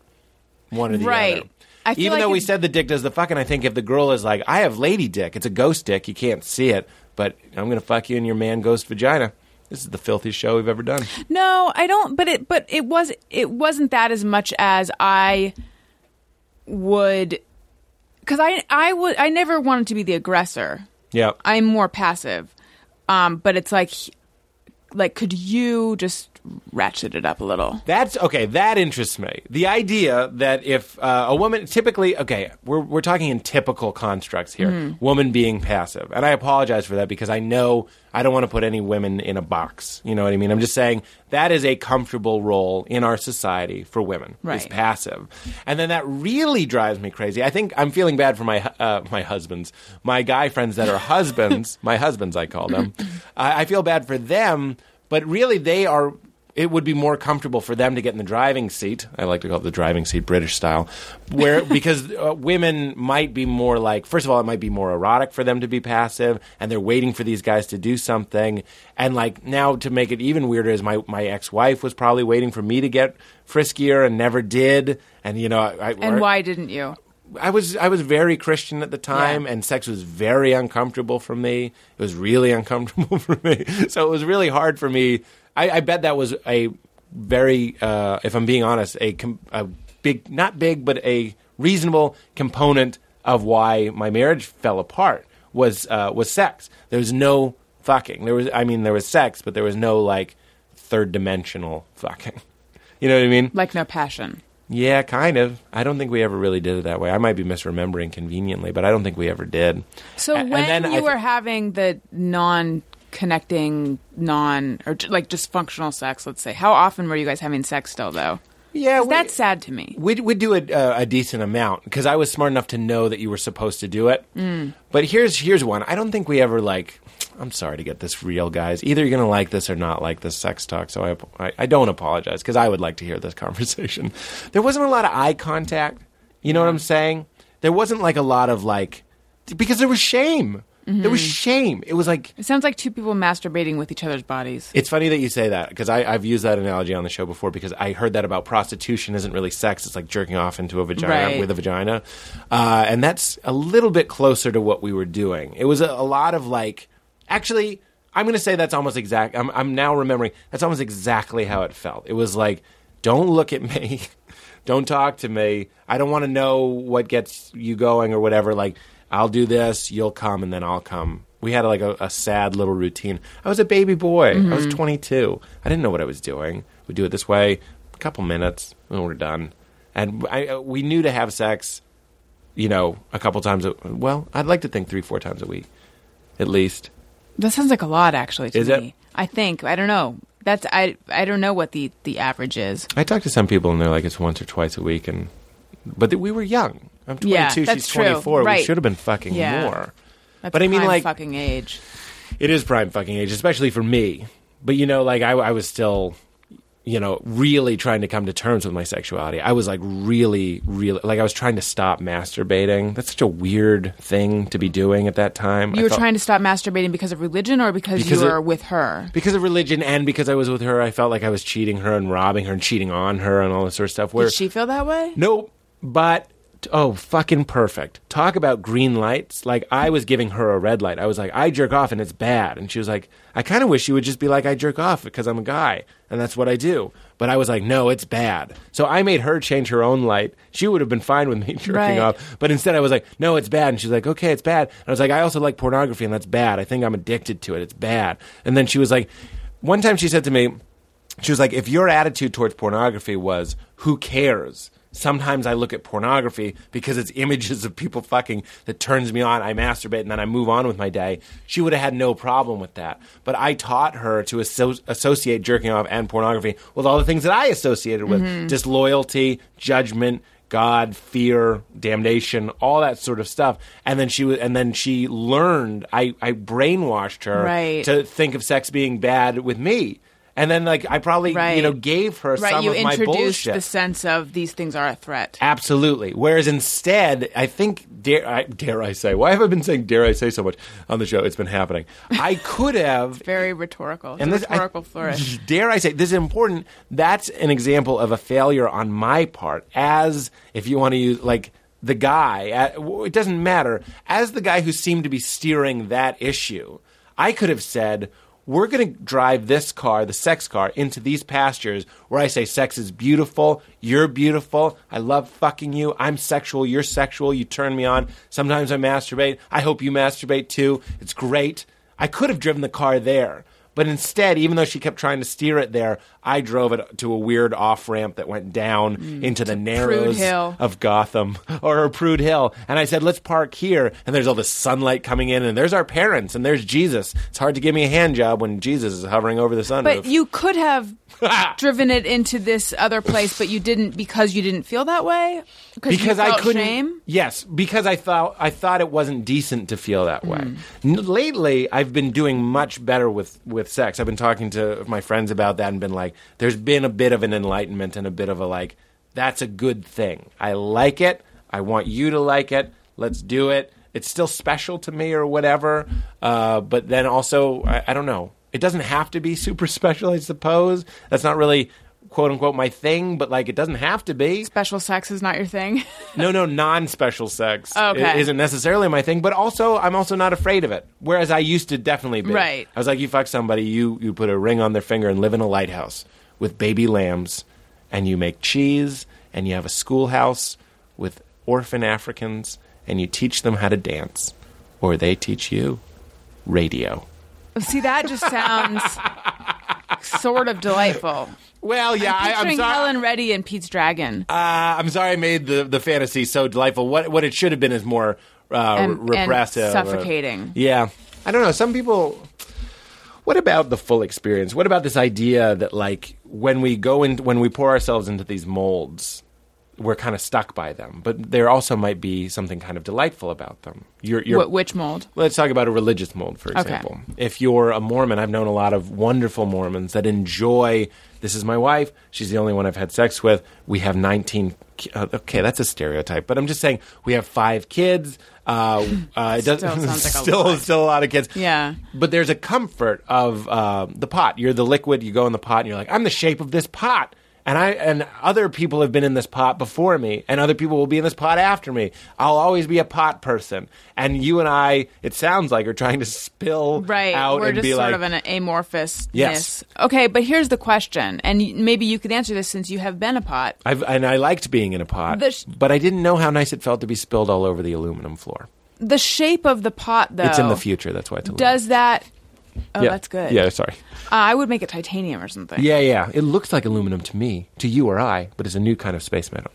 One or the Right. other. I feel Even like though we it's- said the dick does the fucking, I think if the girl is like, I have lady dick, it's a ghost dick, you can't see it, but I'm gonna fuck you in your man ghost vagina. This is the filthiest show we've ever done. No, I don't. But it but it was it wasn't that as much as I would because I I would I never wanted to be the aggressor. Yeah. I'm more passive. Um, but it's like like could you just ratchet it up a little? That's okay. That interests me. The idea that if uh, a woman typically, okay, we're, we're talking in typical constructs here, woman being passive. And I apologize for that because I know I don't want to put any women in a box. You know what I mean? I'm just saying that is a comfortable role in our society for women. Is Right. passive. And then that really drives me crazy. I think I'm feeling bad for my, hu- uh, my husbands, my guy friends that are husbands, my husbands, I call them. I, I feel bad for them, but really they are it would be more comfortable for them to get in the driving seat. I like to call it the driving seat, British style, where because uh, women might be more like. First of all, it might be more erotic for them to be passive, and they're waiting for these guys to do something. And like now, to make it even weirder, is my my ex wife was probably waiting for me to get friskier and never did. And you know, I, I And or- why didn't you? I was I was very Christian at the time, Yeah. and sex was very uncomfortable for me. It was really uncomfortable for me, so it was really hard for me. I, I bet that was a very, uh, if I'm being honest, a, com- a big, not big, but a reasonable component of why my marriage fell apart was uh, was sex. There was no fucking. There was, I mean, there was sex, but there was no like third dimensional fucking. You know what I mean? Like no passion. Yeah, kind of. I don't think we ever really did it that way. I might be misremembering conveniently, but I don't think we ever did. So A- and when then you I th- were having the non connecting non or j- like dysfunctional sex let's say how often were you guys having sex still though Yeah, 'Cause we- that's sad to me We'd, we'd do a, uh, a decent amount because I was smart enough to know that you were supposed to do it. But here's here's one. I don't think we ever like. I'm sorry to get this real, guys. Either you're gonna like this or not like this sex talk. So I ap- I, I don't apologize because I would like to hear this conversation. There wasn't a lot of eye contact. You know what I'm saying? There wasn't like a lot of like because there was shame. There was shame. It was like It sounds like two people masturbating with each other's bodies. It's funny that you say that because I've used that analogy on the show before because I heard that about prostitution isn't really sex; it's like jerking off into a vagina Right. with a vagina, uh, and that's a little bit closer to what we were doing. It was a, a lot of like, actually, I'm going to say that's almost exact. I'm, I'm now remembering that's almost exactly how it felt. It was like, don't look at me, don't talk to me. I don't want to know what gets you going or whatever. Like, I'll do this, you'll come, and then I'll come. We had like a, a sad little routine. I was a baby boy. I was 22. I didn't know what I was doing. We do it this way, a couple minutes, and we're done. And I, uh, we knew to have sex you know, a couple times. A, well, I'd like to think three, four times a week, at least. That sounds like a lot, actually. To Is it? me. I think I don't know. That's I I don't know what the the average is. I talk to some people and they're like it's once or twice a week, and but th- we were young. I'm 22. Yeah, she's that's true. 24. We Right. should have been fucking Yeah. more. That's But I mean, prime like- fucking age. It is prime fucking age, especially for me. But you know, like I, I was still, you know, really trying to come to terms with my sexuality. I was like really, really, like I was trying to stop masturbating. That's such a weird thing to be doing at that time. You I were felt- trying to stop masturbating because of religion or because, Because you it- were with her. because of religion and because I was with her, I felt like I was cheating her and robbing her and cheating on her and all this sort of stuff. Where Did she feel that way? nope, but oh, fucking perfect. Talk about green lights. Like I was giving her a red light. I was like, I jerk off and it's bad, and she was like, I kind of wish you would just be like, I jerk off because I'm a guy and that's what I do. But I was like, no, it's bad. So I made her change her own light. She would have been fine with me jerking Right. off, but instead I was like, no, it's bad. And she's like, okay, it's bad. And I was like, I also like pornography and that's bad. I think I'm addicted to it. It's bad. And then she was like, one time she said to me, she was like, if your attitude towards pornography was, who cares? Sometimes I look at pornography because it's images of people fucking that turns me on. I masturbate and then I move on with my day. She would have had no problem with that. But I taught her to asso- associate jerking off and pornography with all the things that I associated with disloyalty, judgment, God, fear, damnation, all that sort of stuff. And then she was, and then she learned. I, I brainwashed her Right. to think of sex being bad with me. And then like I probably you Right. know gave her Right, some you of my introduced bullshit. the sense of these things are a threat. Absolutely. Whereas instead, I think dare I, dare I say? Why have I been saying dare I say so much on the show? It's been happening. I could have Very rhetorical. It's and a this- I- rhetorical flourish. Dare I say, this is important. That's an example of a failure on my part, as if you want to use, like, the guy, uh, w- it doesn't matter, as the guy who seemed to be steering that issue, I could have said, we're going to drive this car, the sex car, into these pastures where I say sex is beautiful, you're beautiful, I love fucking you, I'm sexual, you're sexual, you turn me on. Sometimes I masturbate, I hope you masturbate too, it's great. I could have driven the car there, but instead, even though she kept trying to steer it there, I drove it to a weird off ramp that went down into the narrows Mm. Hill. of Gotham or Prude Hill. And I said, let's park here. And there's all this sunlight coming in, and there's our parents, and there's Jesus. It's hard to give me a hand job when Jesus is hovering over the sunroof. But you could have driven it into this other place, but you didn't because you didn't feel that way. you because I felt couldn't. Shame? Yes, because I thought I thought it wasn't decent to feel that way. Mm. N- lately, I've been doing much better with with sex. I've been talking to my friends about that and been like, there's been a bit of an enlightenment and a bit of a like, that's a good thing. I like it. I want you to like it. Let's do it. It's still special to me or whatever. Uh, but then also, I, I don't know. It doesn't have to be super special, I suppose. That's not really quote unquote my thing, but like it doesn't have to be Special sex is not your thing. no, no, non-special sex Okay. i- isn't necessarily my thing, but also I'm also not afraid of it. Whereas I used to definitely be. Right. I was like, you fuck somebody, you you put a ring on their finger and live in a lighthouse with baby lambs, and you make cheese, and you have a schoolhouse with orphan Africans, and you teach them how to dance, or they teach you radio. See, that just sounds sort of delightful. Well, yeah, I, Picturing am sorry. Helen Reddy and Pete's Dragon. Uh, I'm sorry I made the, the fantasy so delightful. What what it should have been is more uh, And- re- and repressive, uh, or- suffocating. yeah, I don't know. Some people. What about the full experience? What about this idea that like when we go in, when we pour ourselves into these molds, we're kind of stuck by them, but there also might be something kind of delightful about them. You're, you're, Wh- which mold? Let's talk about a religious mold, for example. If you're a Mormon, I've known a lot of wonderful Mormons that enjoy this is my wife. She's the only one I've had sex with. We have 19. ki- uh, Okay, that's a stereotype, but I'm just saying we have five kids. Uh, uh, it doesn't, Still sounds like a still, lot. still Oh, a lot of kids. Yeah. But there's um, a comfort of uh, the pot. You're the liquid, you go in the pot, and you're like, I'm the shape of this pot. and I and other people have been in this pot before me, and other people will be in this pot after me. I'll always be a pot person, and you and I, it sounds like, are trying to spill right out we're and just be sort like, of an amorphous Yes. okay but here's the question and y- maybe you could answer this since you have been a pot I've, and I liked being in a pot, The sh- but I didn't know how nice it felt to be spilled all over the aluminum floor. the shape of the pot though It's in the future. That's why it's aluminum. Oh. does that oh yeah. that's good Yeah, sorry. Uh, i would make it titanium or something Yeah, yeah. It looks like aluminum to me, to you or I, but it's a new kind of space metal.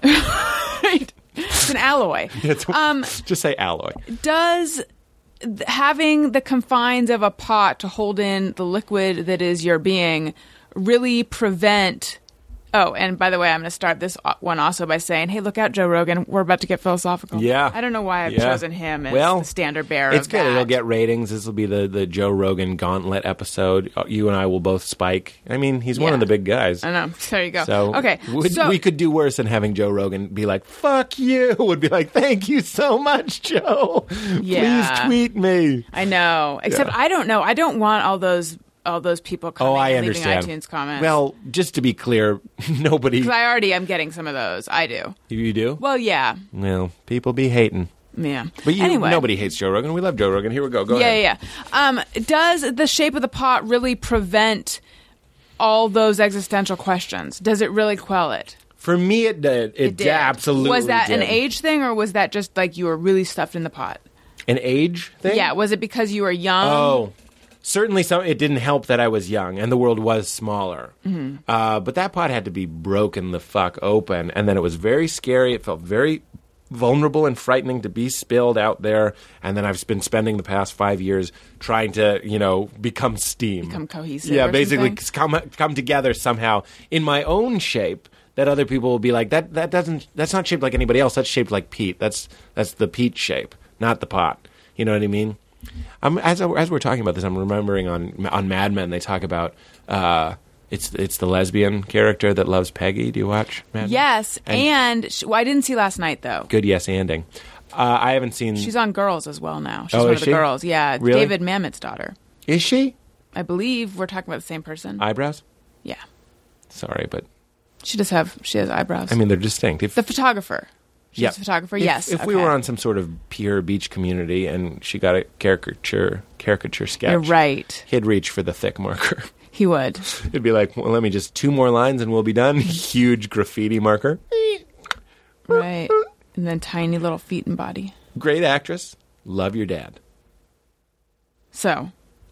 it's an alloy It's- Um, just say alloy. does th- having the confines of a pot to hold in the liquid that is your being really prevent oh and by the way i'm going to start this o- one also by saying hey look out joe rogan we're about to get philosophical Yeah. i don't know why i've Yeah. chosen him as Well, the standard bearer It's of good. that. It'll get ratings. This will be the, the Joe Rogan gauntlet episode. Uh, You and I will both spike. I mean, he's one Yeah. of the big guys. i know there you go So okay would- so we could do worse than having Joe Rogan be like, "Fuck you." Would be like, "Thank you so much, Joe. Please Yeah. tweet me." i know except i don't know i don't want all those all those people coming Oh, I and understand. leaving itunes comments Well, just to be clear, nobody. 'Cause i already am getting some of those i do you do? well yeah Well, people be hating. yeah But you, anyway nobody hates Joe Rogan. We love Joe Rogan. Here we go. Go yeah, ahead. yeah, yeah. Um, does the shape of the pot really prevent all those existential questions? Does it really quell it? For me, it did. It, did. absolutely Was that an did. age thing, or was that just like you were really stuffed in the pot? An age thing? Yeah. Was it because you were young? Oh, certainly. Some it didn't help that I was young and the world was smaller. Mm-hmm. Uh, but that pot had to be broken the fuck open, and then it was very scary. It felt very vulnerable and frightening to be spilled out there. And then I've been spending the past five years trying to, you know, become steam, Become cohesive Yeah, or basically something? come come together somehow in my own shape. That other people will be like that. That doesn't. That's not shaped like anybody else. That's shaped like Pete. That's that's the Pete shape, not the pot. You know what I mean? I'm, as I- as we're talking about this, I'm remembering on on Mad Men they talk about uh, it's it's the lesbian character that loves Peggy. Do you watch Mad Men? Yes. And- And, sh well, I didn't see last night though. Good yes ending. Uh, I haven't seen. She's on Girls as well now. She's Oh, one is of the she? girls. Yeah. it's Really? David Mamet's daughter. is she I believe we're talking about the same person. eyebrows? yeah. Sorry, but She does have. She has eyebrows. I mean they're distinct. If, the photographer. She's Yeah. a photographer. If- yes. If we okay. were on some sort of pier beach community and she got a caricature caricature sketch, You're right. He'd reach for the thick marker. He would. It'd be like, well, let me just two more lines and we'll be done. Huge graffiti marker. Right. And then tiny little feet and body. Great actress. Love your dad. So,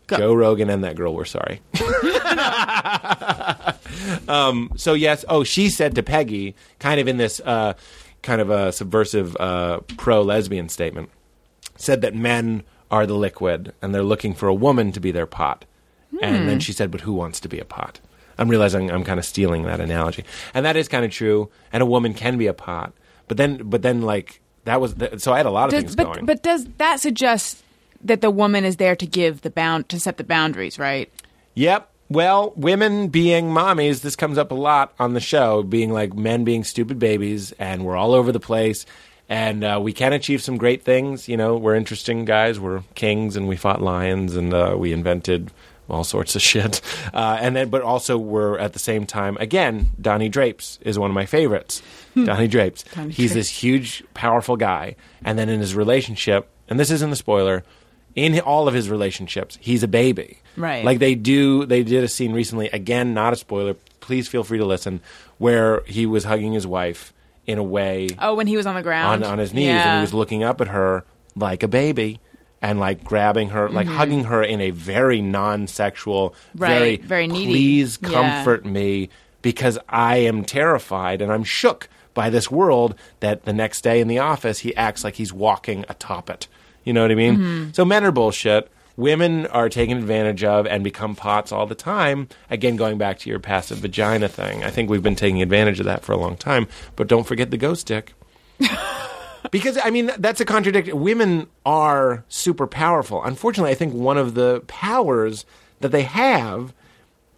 Joe Rogan and that girl were sorry. um, so yes, oh, she said to Peggy, kind of in this uh, kind of a subversive uh, pro-lesbian statement, said that men are the liquid and they're looking for a woman to be their pot. And Hmm. then she said, "But who wants to be a pot?" I'm realizing I'm kind of stealing that analogy, and that is kind of true. And a woman can be a pot, but then, but then, like that was the, so I had a lot of does, things but going. but does that suggest that the woman is there to give the bound to set the boundaries, right? Yep. Well, women being mommies, this comes up a lot on the show, being like men being stupid babies, and we're all over the place, and uh, we can achieve some great things. You know, we're interesting guys, we're kings, and we fought lions, and uh, we invented all sorts of shit. Uh, and then, but also, we're at the same time, again, Donnie Drapes is one of my favorites. Donnie Drapes. Hmm. Donnie He's Drapes. this huge, powerful guy, and then in his relationship, and this isn't the spoiler. In all of his relationships, he's a baby. Right. Like they do, they did a scene recently. Again, not a spoiler. Please feel free to listen, where he was hugging his wife in a way Oh, when he was on the ground on, on his knees, Yeah. and he was looking up at her like a baby, and like grabbing her, like hugging her in a very non-sexual, very Mm-hmm. Right, very needy. Please Yeah. comfort me because I am terrified and I'm shook by this world. That the next day in the office, he acts like he's walking atop it. You know what I mean? Mm-hmm. So men are bullshit. Women are taken advantage of and become pots all the time. Again, going back to your passive vagina thing, I think we've been taking advantage of that for a long time. But don't forget the ghost dick. Because I mean, that's a contradiction. Women are super powerful. Unfortunately, I think one of the powers that they have,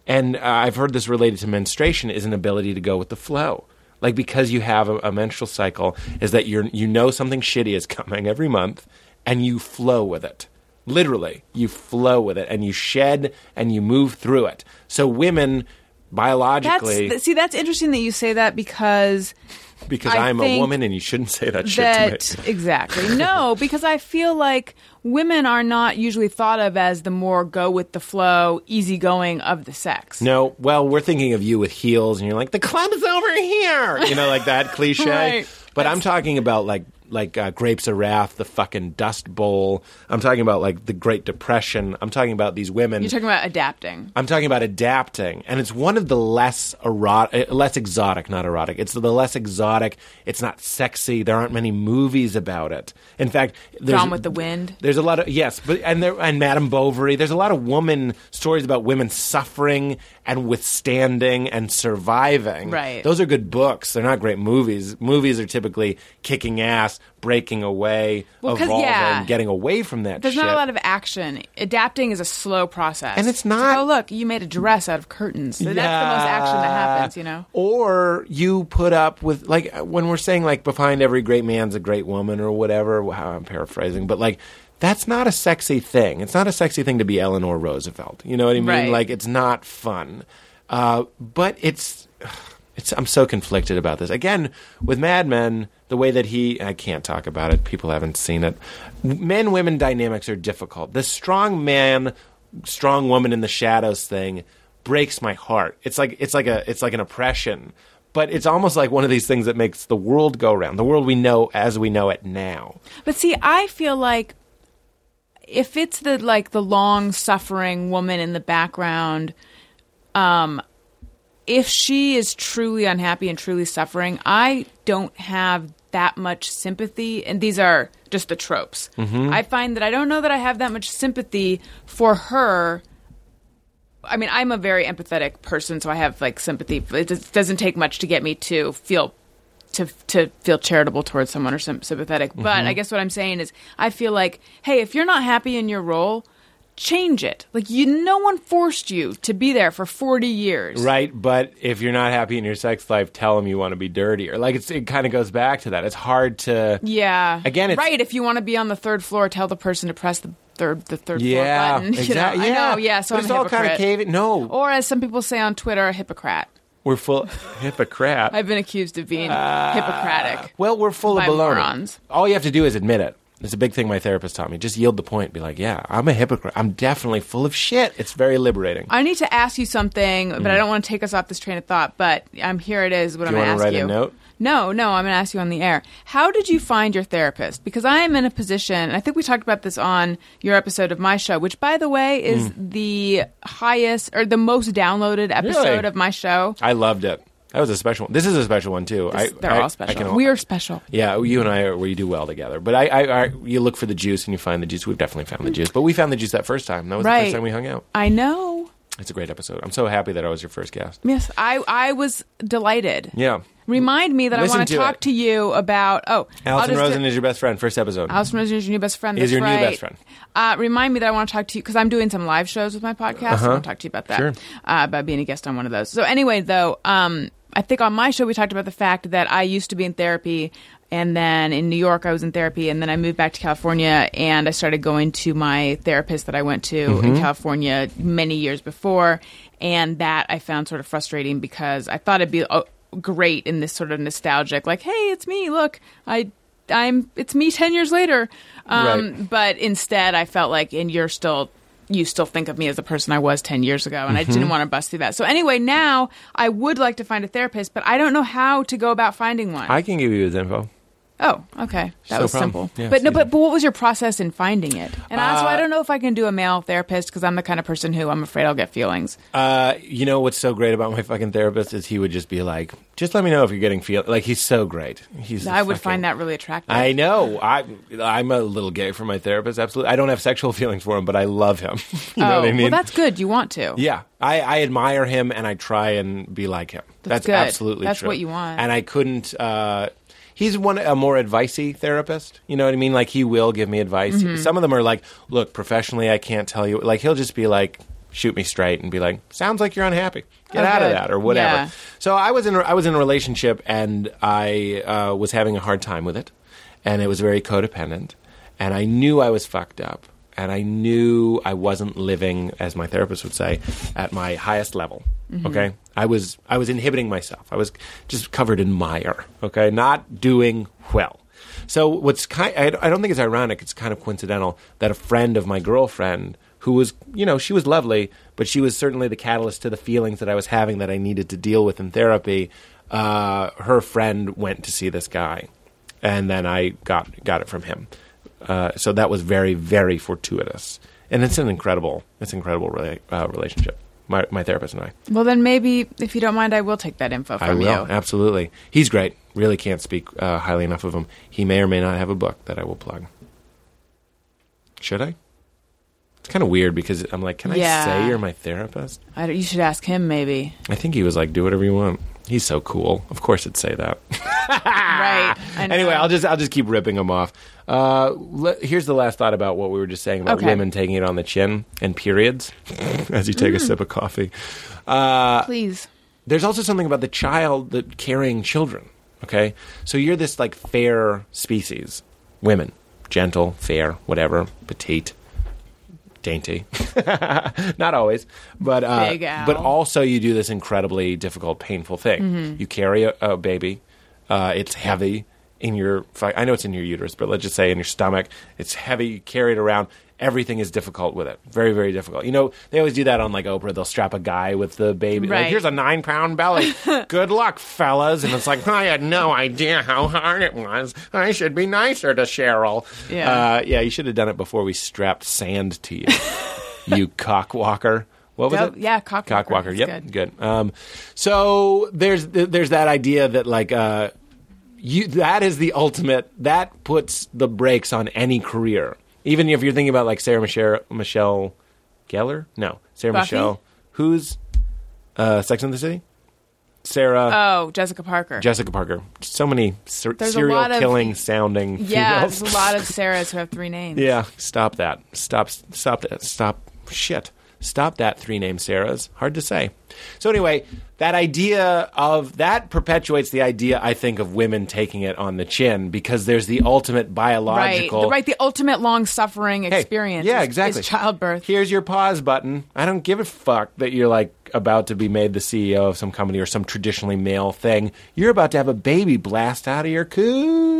and uh, I've heard this related to menstruation, is an ability to go with the flow. Like because you have a, a menstrual cycle, is that you are you know something shitty is coming every month, and you flow with it. Literally, you flow with it, and you shed and you move through it. So women That's biologically see, that's interesting that you say that because because I I'm a think woman and you shouldn't say that shit that to me. exactly no because i feel like women are not usually thought of as the more go with the flow easygoing of the sex No, well, we're thinking of you with heels, and you're like, the club is over here, you know, like that cliche. Right. But I'm talking about like like uh, grapes of wrath, the fucking Dust Bowl. I'm talking about like the Great Depression. I'm talking about these women. you're talking about adapting I'm talking about adapting, and it's one of the less erotic, less exotic, not erotic. It's the less exotic. It's not sexy. There aren't many movies about it. In fact, there's- Gone with the Wind. There's a lot of yes, but and there and Madame Bovary. There's a lot of woman stories about women suffering and withstanding and surviving. Right. Those are good books. They're not great movies. Movies are typically kicking ass, breaking away, Well, 'cause, evolving, yeah. getting away from that. there's shit. not a lot of action. Adapting is a slow process, And it's like, not- oh, look, you made a dress out of curtains. So That's the most action that happens. You know. Or you put up with like when we're saying like behind every great man's a great woman or whatever. Wow, I'm paraphrasing, but like that's not a sexy thing. It's not a sexy thing to be Eleanor Roosevelt. You know what I mean? Right. Like it's not fun. Uh, but it's it's I'm so conflicted about this. Again, with Mad Men, the way that he I can't talk about it. People haven't seen it. Men women dynamics are difficult. The strong man, strong woman in the shadows thing breaks my heart. It's like it's like a it's like an oppression. But it's almost like one of these things that makes the world go round. The world we know as we know it now. But see, I feel like if it's the like the long suffering woman in the background, um, if she is truly unhappy and truly suffering, I don't have that much sympathy. And these are just the tropes. I find that I don't know that I have that much sympathy for her. I mean, I'm a very empathetic person, so I have like sympathy. It does- doesn't take much to get me to feel to to feel charitable towards someone or sym- sympathetic. But I guess what I'm saying is, I feel like, hey, if you're not happy in your role, change it. Like you, no one forced you to be there for 40 years. Right, but if you're not happy in your sex life, tell them you want to be dirtier. Like it's, it kind of goes back to that. It's hard to Yeah. Again, it's- right. If you want to be on the third floor, tell the person to press the third the third Yeah, floor button. You know, exactly. I Yeah. know. Yeah. So But I'm it's a all hypocrite. Oh. kinda caving- no. Or as some people say on Twitter, a hypocrite. We're full hypocrite. I've been accused of being Ah. Hippocratic. well, we're full of by baloney. morons. All you have to do is admit it. It's a big thing my therapist taught me. Just yield the point. Be like, yeah, I'm a hypocrite. I'm definitely full of shit. It's very liberating. I need to ask you something, but I don't want to take us off this train of thought. But I'm here. It is what Mm. Do I'm you wanna going to ask write a you. note? No, no, I'm going to ask you on the air. How did you find your therapist? Because I am in a position, and I think we talked about this on your episode of my show, which, by the way, is Mm. the highest or the most downloaded episode Really? of my show. I loved it. That was a special one. This is a special one too. I, They're I- I all special. can- we are special. Yeah, you and I are, we do well together. But I, I, I, you look for the juice and you find the juice. We've definitely found the juice. But we found the juice that first time. That was the Right. first time we hung out. I know. It's a great episode. I'm so happy that I was your first guest. Yes, I, I was delighted. Yeah. Remind me that Listen I want to to talk it. to you about. Oh, I'll Allison just- Rosen is your best friend. First episode. Allison Rosen is your new best friend. Is That's your new right. best friend. Uh, remind me that I want to talk to you because I'm doing some live shows with my podcast. I want to talk to you about that. Uh-huh. Sure. Uh, about being a guest on one of those. So anyway, though, um, I think on my show we talked about the fact that I used to be in therapy, and then in New York I was in therapy, and then I moved back to California and I started going to my therapist that I went to in Mm-hmm. California many years before, and that I found sort of frustrating because I thought it'd be. uh great in this sort of nostalgic like hey it's me look i i'm it's me 10 years later um Right. but instead I felt like, and you're still, you still think of me as the person I was 10 years ago, and I didn't Mm-hmm. want to bust through that. So anyway, now I would like to find a therapist, but I don't know how to go about finding one. I can give you his info. oh, okay. That No problem. was simple. Yeah, but it's no, easy. but, but what was your process in finding it? And also, Uh, I don't know if I can do a male therapist because I'm the kind of person who I'm afraid I'll get feelings. Uh, you know what's so great about my fucking therapist is he would just be like, just let me know if you're getting feel like he's so great. He's the I would fucking- find that really attractive. I know. I I'm a little gay for my therapist. Absolutely. I don't have sexual feelings for him, but I love him. you know oh, what I mean? well, that's good. You want to. yeah. I, I admire him and I try and be like him. That's, That's good. absolutely That's true. what you want. And I couldn't uh He's one a more advicey therapist. You know what I mean? Like he will give me advice. Mm-hmm. Some of them are like, "Look, professionally, I can't tell you." Like he'll just be like, "Shoot me straight," and be like, "Sounds like you're unhappy. Get Oh, out of good. that," or whatever. Yeah. So I was in I was in a relationship and I uh, was having a hard time with it, and it was very codependent, and I knew I was fucked up, and I knew I wasn't living, as my therapist would say, at my highest level. Okay, I was I was inhibiting myself. I was just covered in mire. Okay, not doing well. So what's kind I I don't think it's ironic. It's kind of coincidental that a friend of my girlfriend who was you know she was lovely, but she was certainly the catalyst to the feelings that I was having that I needed to deal with in therapy. Uh, her friend went to see this guy, and then I got got it from him. Uh, so that was very very fortuitous, and it's an incredible it's an incredible rela- uh, relationship. My my therapist and I. Well, then maybe if you don't mind, I will take that info from I will you. absolutely. He's great. Really can't speak uh, highly enough of him. He may or may not have a book that I will plug. Should I? It's kind of weird because I'm like, can I Yeah. say you're my therapist? I don't- you should ask him, maybe. I think he was like, do whatever you want. He's so cool. Of course, it'd say that. right. I Ah. know. anyway, I'll just I'll just keep ripping him off. Uh, le- here's the last thought about what we were just saying about Okay. women taking it on the chin and periods as you Mm. take a sip of coffee. Uh, please. there's also something about the child that carrying children. Okay, so you're this like fair species, women, gentle, fair, whatever, petite, dainty. Not always, but uh, Big Al. but also you do this incredibly difficult, painful thing. Mm-hmm. You carry a, a baby. Uh, it's heavy in your. fi- I know it's in your uterus, but let's just say in your stomach. It's heavy. You carry it around. Everything is difficult with it. Very, very difficult. You know, they always do that on like Oprah. They'll strap a guy with the baby. Like, Right. here's a nine pound belly. Good luck, fellas. And it's like, I had no idea how hard it was. I should be nicer to Cheryl. Yeah. Uh, yeah, you should have done it before we strapped sand to you. you cockwalker. What was Oh, it? yeah, cockwalker. Cockwalker. That's Yep, good. good. Um, so there's there's that idea that like uh, you that is the ultimate that puts the brakes on any career. Even if you're thinking about like Sarah Michelle Michelle Gellar, no Sarah Buffy? Michelle, who's uh, Sex in the City, Sarah Oh, Jessica Parker. Jessica Parker. So many ser- There's a serial lot of- killing sounding yeah, females. there's a lot of Sarahs who have three names. Yeah, stop that. Stop. Stop that. Stop. Shit. Stop that. Three name Sarahs. Hard to say. So anyway, that idea of that perpetuates the idea I think of women taking it on the chin because there's the ultimate Right, biological the, right. The ultimate long-suffering Hey, experience. Yeah, is- exactly. Is childbirth. Here's your pause button. I don't give a fuck that you're like about to be made the CEO of some company or some traditionally male thing. You're about to have a baby blast out of your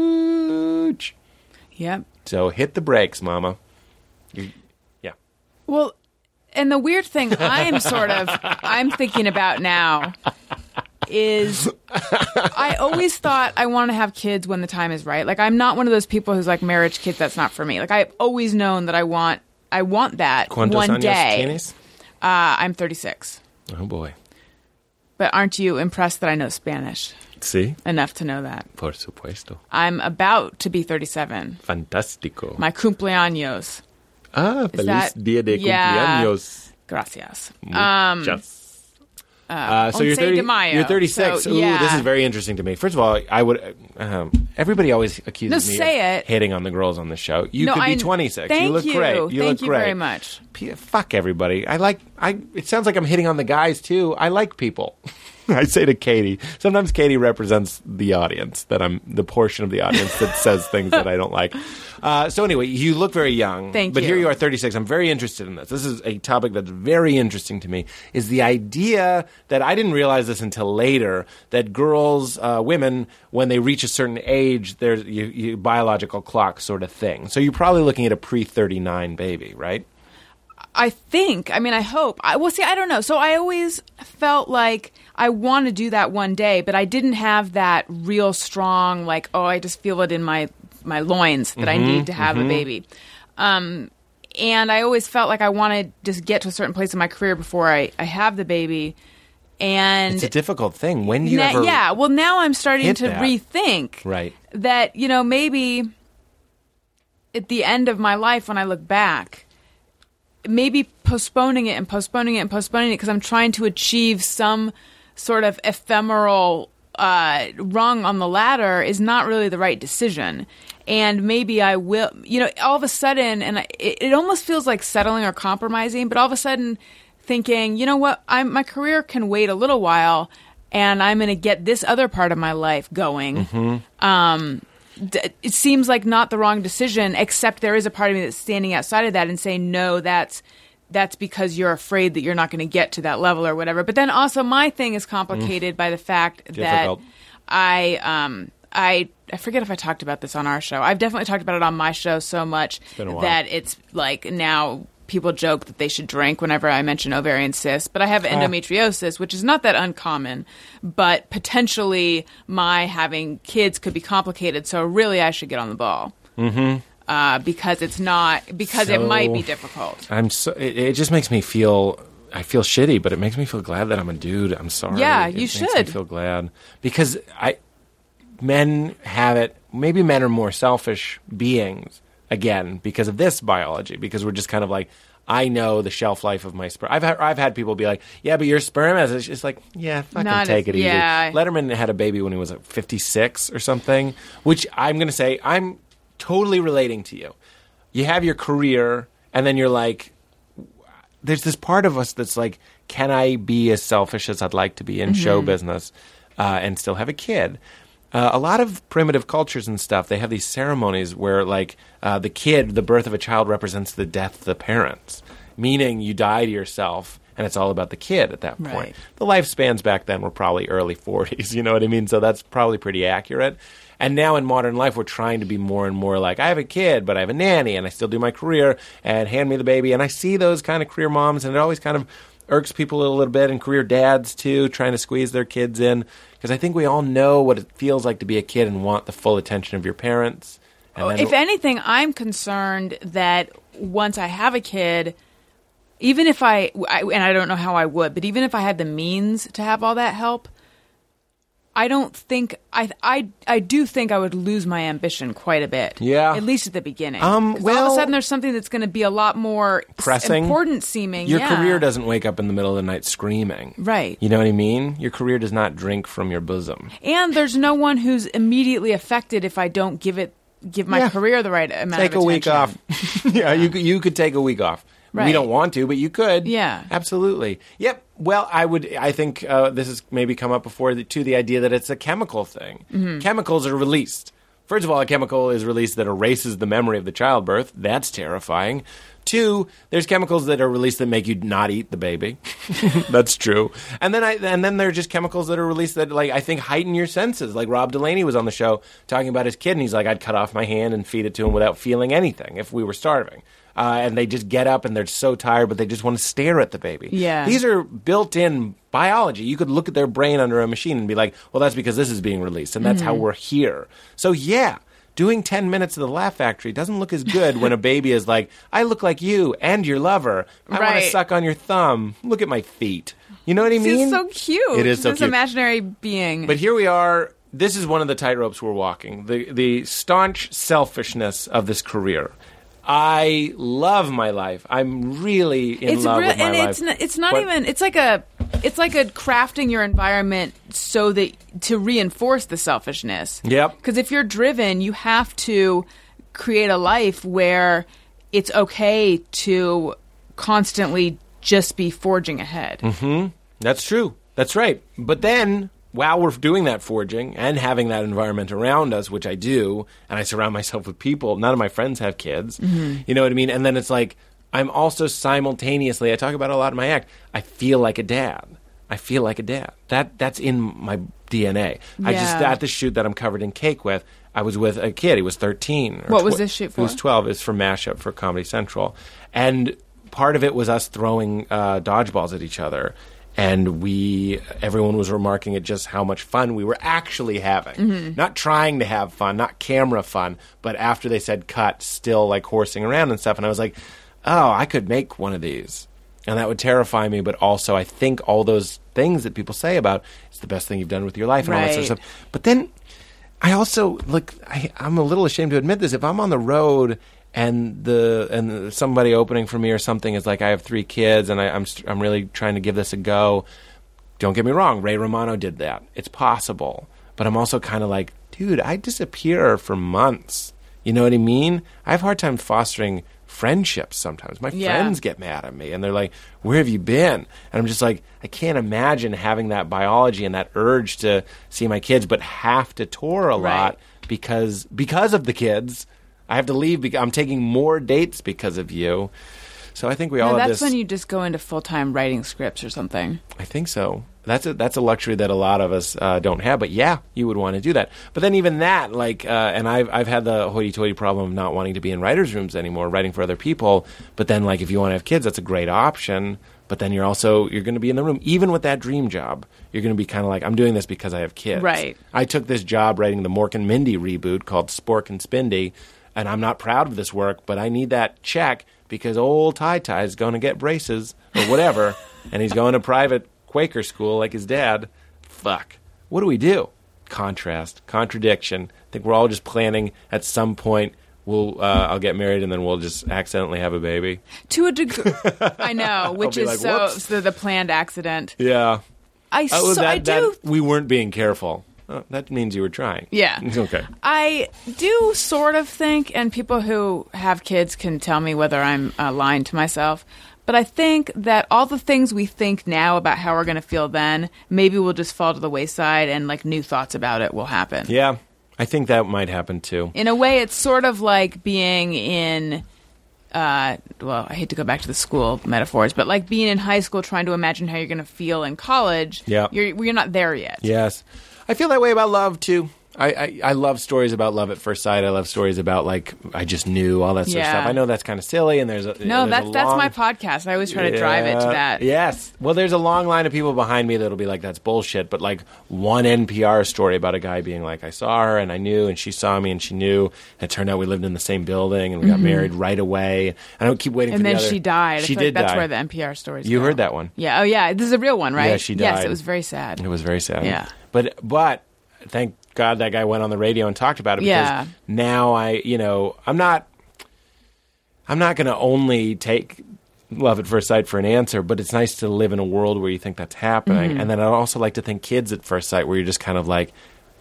cooch. Yep. So hit the brakes, mama. You- yeah. Well, and the weird thing I'm sort of I'm thinking about now is I always thought I want to have kids when the time is right. Like I'm not one of those people who's like marriage kids that's not for me. Like I've always known that I want I want that ¿Cuántos one años day. tienes? Uh, I'm 36. Oh boy. But aren't you impressed that I know Spanish Sí, enough to know that? por supuesto. I'm about to be 37. Fantástico. My cumpleaños. ah, Is that- Yeah. Gracias. Um, Yes. Uh, so Once you're, de 30, Mayo. you're 36. So, Ooh, this yeah. is very interesting to me. First of all, I would. Um, everybody always accuses No, me say of it. hitting on the girls on the show. You no, could be I- 26. Thank you look great. You thank look you great. very much. P- fuck everybody. I like. I. It sounds like I'm hitting on the guys too. I like people. I say to Katie. Sometimes Katie represents the audience that I'm the portion of the audience that says things that I don't like. Uh, so anyway, you look very young. Thank but you. here you are, 36. I'm very interested in this. This is a topic that's very interesting to me. Is the idea that I didn't realize this until later that girls, uh, women, when they reach a certain age, there's you, you, biological clock sort of thing. So you're probably looking at a pre 39 baby, right? I think. I mean, I hope. I well, see. I don't know. So I always felt like I want to do that one day, but I didn't have that real strong like. Oh, I just feel it in my my loins that I need to have a baby. Um, and I always felt like I want to just get to a certain place in my career before I I have the baby. And It's a difficult thing. When do you Na- ever? yeah well now i'm starting hit to that? rethink Right. that you know maybe at the end of my life when i look back maybe postponing it and postponing it and postponing it because i'm trying to achieve some sort of ephemeral uh, rung on the ladder is not really the right decision and maybe i will you know all of a sudden and I, it, it almost feels like settling or compromising but all of a sudden thinking you know what i'm my career can wait a little while and i'm going to get this other part of my life going d- it seems like not the wrong decision except there is a part of me that's standing outside of that and saying no that's that's because you're afraid that you're not going to get to that level or whatever. But then also my thing is complicated by the fact Difficult. that I um I I forget if I talked about this on our show. I've definitely talked about it on my show so much been a while. that it's like now people joke that they should drink whenever I mention ovarian cysts, but I Ah. have endometriosis, which is not that uncommon, but potentially my having kids could be complicated, so really I should get on the ball. Mhm. Uh, because it's not because it Mm-hmm. So- might be difficult. I'm so. It, it just makes me feel. I feel shitty, but it makes me feel glad that I'm a dude. I'm sorry. Yeah, It you makes me should. feel glad because I. Men have it. Maybe men are more selfish beings again because of this biology. Because we're just kind of like. I know the shelf life of my sperm. I've had, I've had people be like, "Yeah, but your sperm has." It's just like, "Yeah, fucking Not take as- it easy." yeah. Letterman had a baby when he was like 56 or something, which I'm going to say I'm totally relating to you. You have your career, and then you're like, there's this part of us that's like, can I be as selfish as I'd like to be in show business uh, and still have a kid? Uh, a lot of primitive cultures and stuff, they have these ceremonies where, like, uh, the kid, the birth of a child represents the death of the parents, meaning you die to yourself, and it's all about the kid at that point Right. the lifespans back then were probably early 40s you know what i mean so that's probably pretty accurate and now in modern life we're trying to be more and more like i have a kid but i have a nanny and i still do my career and hand me the baby and i see those kind of career moms and it always kind of irks people a little bit and career dads too trying to squeeze their kids in because i think we all know what it feels like to be a kid and want the full attention of your parents and then- Oh, if anything, I'm concerned that once I have a kid, even if I, I- and I don't know how I would, but even if I had the means to have all that help, I don't think I I I do think I would lose my ambition quite a bit. Yeah. at least at the beginning. Um, 'Cause all of well- a sudden there's something that's going to be a lot more s- Pressing. important seeming. Your yeah. career doesn't wake up in the middle of the night screaming. Right. You know what I mean? Your career does not drink from your bosom. and there's no one who's immediately affected if I don't give it give my Yeah. career the right amount. take of a week attention. off. yeah, you could- you could take a week off. We Right. don't want to, but you could. Yeah. absolutely. Yep. Well, I would. I think uh, this has maybe come up before the, too. The idea that it's a chemical thing. Chemicals are released. First of all, a chemical is released that erases the memory of the childbirth. That's terrifying. Two, there's chemicals that are released that make you not eat the baby. That's true. And then I and then there are just chemicals that are released that like I think heighten your senses. Like Rob Delaney was on the show talking about his kid, and he's like, I'd cut off my hand and feed it to him without feeling anything if we were starving. Uh, and they just get up and they're so tired, but they just want to stare at the baby. Yeah. these are built-in biology. You could look at their brain under a machine and be like, well, that's because this is being released, and that's how Mm-hmm. we're here. So yeah. Doing 10 minutes of the Laugh Factory doesn't look as good when a baby is like, I look like you and your lover. I want to Right. suck on your thumb. Look at my feet. You know what I mean? She's so cute. It is so this cute. imaginary being. but here we are. This is one of the tightropes we're walking. The the staunch selfishness of this career. I love my life. I'm really in it's love real, with my and life. it's not, it's not But- even. It's like a it's like a crafting your environment so that to reinforce the selfishness. Yep. Because if you're driven, you have to create a life where it's okay to constantly just be forging ahead. Mm-hmm. That's true. That's right. But then, while we're doing that forging and having that environment around us, which I do, and I surround myself with people, none of my friends have kids. Mm-hmm. You know what I mean? And then it's like, I'm also simultaneously, I talk about it a lot in my act, I feel like a dad. I feel like a dad. That That's in my DNA. I just, Yeah. at the shoot that I'm covered in cake with, I was with a kid. He was 13. or What was twe- this shoot It was for? 12 is for mashup for comedy central and part of it was us throwing uh, dodgeballs at each other and we everyone was remarking at just how much fun we were actually having not trying to have fun not camera fun but after they said cut still like horsing around and stuff and i was like oh i could make one of these and that would terrify me but also i think all those things that people say about it's the best thing you've done with your life and all that sort of Right. stuff but then I also look. I, I'm a little ashamed to admit this. If I'm on the road and the and somebody opening for me or something is like, I have three kids and I, I'm st- I'm really trying to give this a go. Don't get me wrong. Ray Romano did that. It's possible. But I'm also kind of like, dude, I disappear for months. You know what I mean? I have a hard time fostering friendships sometimes. My Yeah. friends get mad at me and they're like, Where have you been? And I'm just like, I can't imagine having that biology and that urge to see my kids, but have to tour a Right. lot because because of the kids. I have to leave because I'm taking more dates because of you. So I think we all No, have that's this. when you just go into full time writing scripts or something. I think so. That's a, that's a luxury that a lot of us uh, don't have. But yeah, you would want to do that. But then even that, like, uh, and I've I've had the hoity-toity problem of not wanting to be in writers' rooms anymore, writing for other people. But then, like, if you want to have kids, that's a great option. But then you're also you're going to be in the room, even with that dream job. You're going to be kind of like, I'm doing this because I have kids. Right. I took this job writing the Mork and Mindy reboot called Spork and Spindy, and I'm not proud of this work, but I need that check because old Ty Ty is going to get braces or whatever, and he's going to private Quaker school like his dad. Fuck. What do we do? Contrast, contradiction. I think we're all just planning at some point. We'll, uh, I'll get married and then we'll just accidentally have a baby. To a degree, I know, which be is like, so, "Whoops." so the planned accident. Yeah. I, Uh, well, so, that, I do that- we weren't being careful. Oh, that means you were trying. Yeah. Okay. I do sort of think, and people who have kids can tell me whether I'm uh, lying to myself, but I think that all the things we think now about how we're going to feel then, maybe we'll just fall to the wayside and like new thoughts about it will happen. Yeah. I think that might happen too. In a way, it's sort of like being in. Uh, well, I hate to go back to the school metaphors, but like being in high school, trying to imagine how you're going to feel in college, Yeah. you're, you're not there yet. Yes. I feel that way about love too. I, I, I love stories about love at first sight. I love stories about like I just knew all that sort Yeah. of stuff. I know that's kind of silly, and there's a there's No, a that's that's my long- podcast. I always try to drive it to Yeah. that. Yes. Well, there's a long line of people behind me that'll be like, "That's bullshit." But like one NPR story about a guy being like, "I saw her and I knew, and she saw me and she knew." And it turned out we lived in the same building and we got married right away. And I would keep waiting. for Mm-hmm. and the then other- she died. I She feel like did That's die. where the NPR stories. you go. heard that one. Yeah. Oh, yeah. This is a real one, right? Yeah, she Yes, died. it was very sad. It was very sad. Yeah. But but thank God that guy went on the radio and talked about it because Yeah. now I you know I'm not I'm not going to only take love at first sight for an answer, but it's nice to live in a world where you think that's happening. And then I also like to think kids at first sight where you're just kind of like.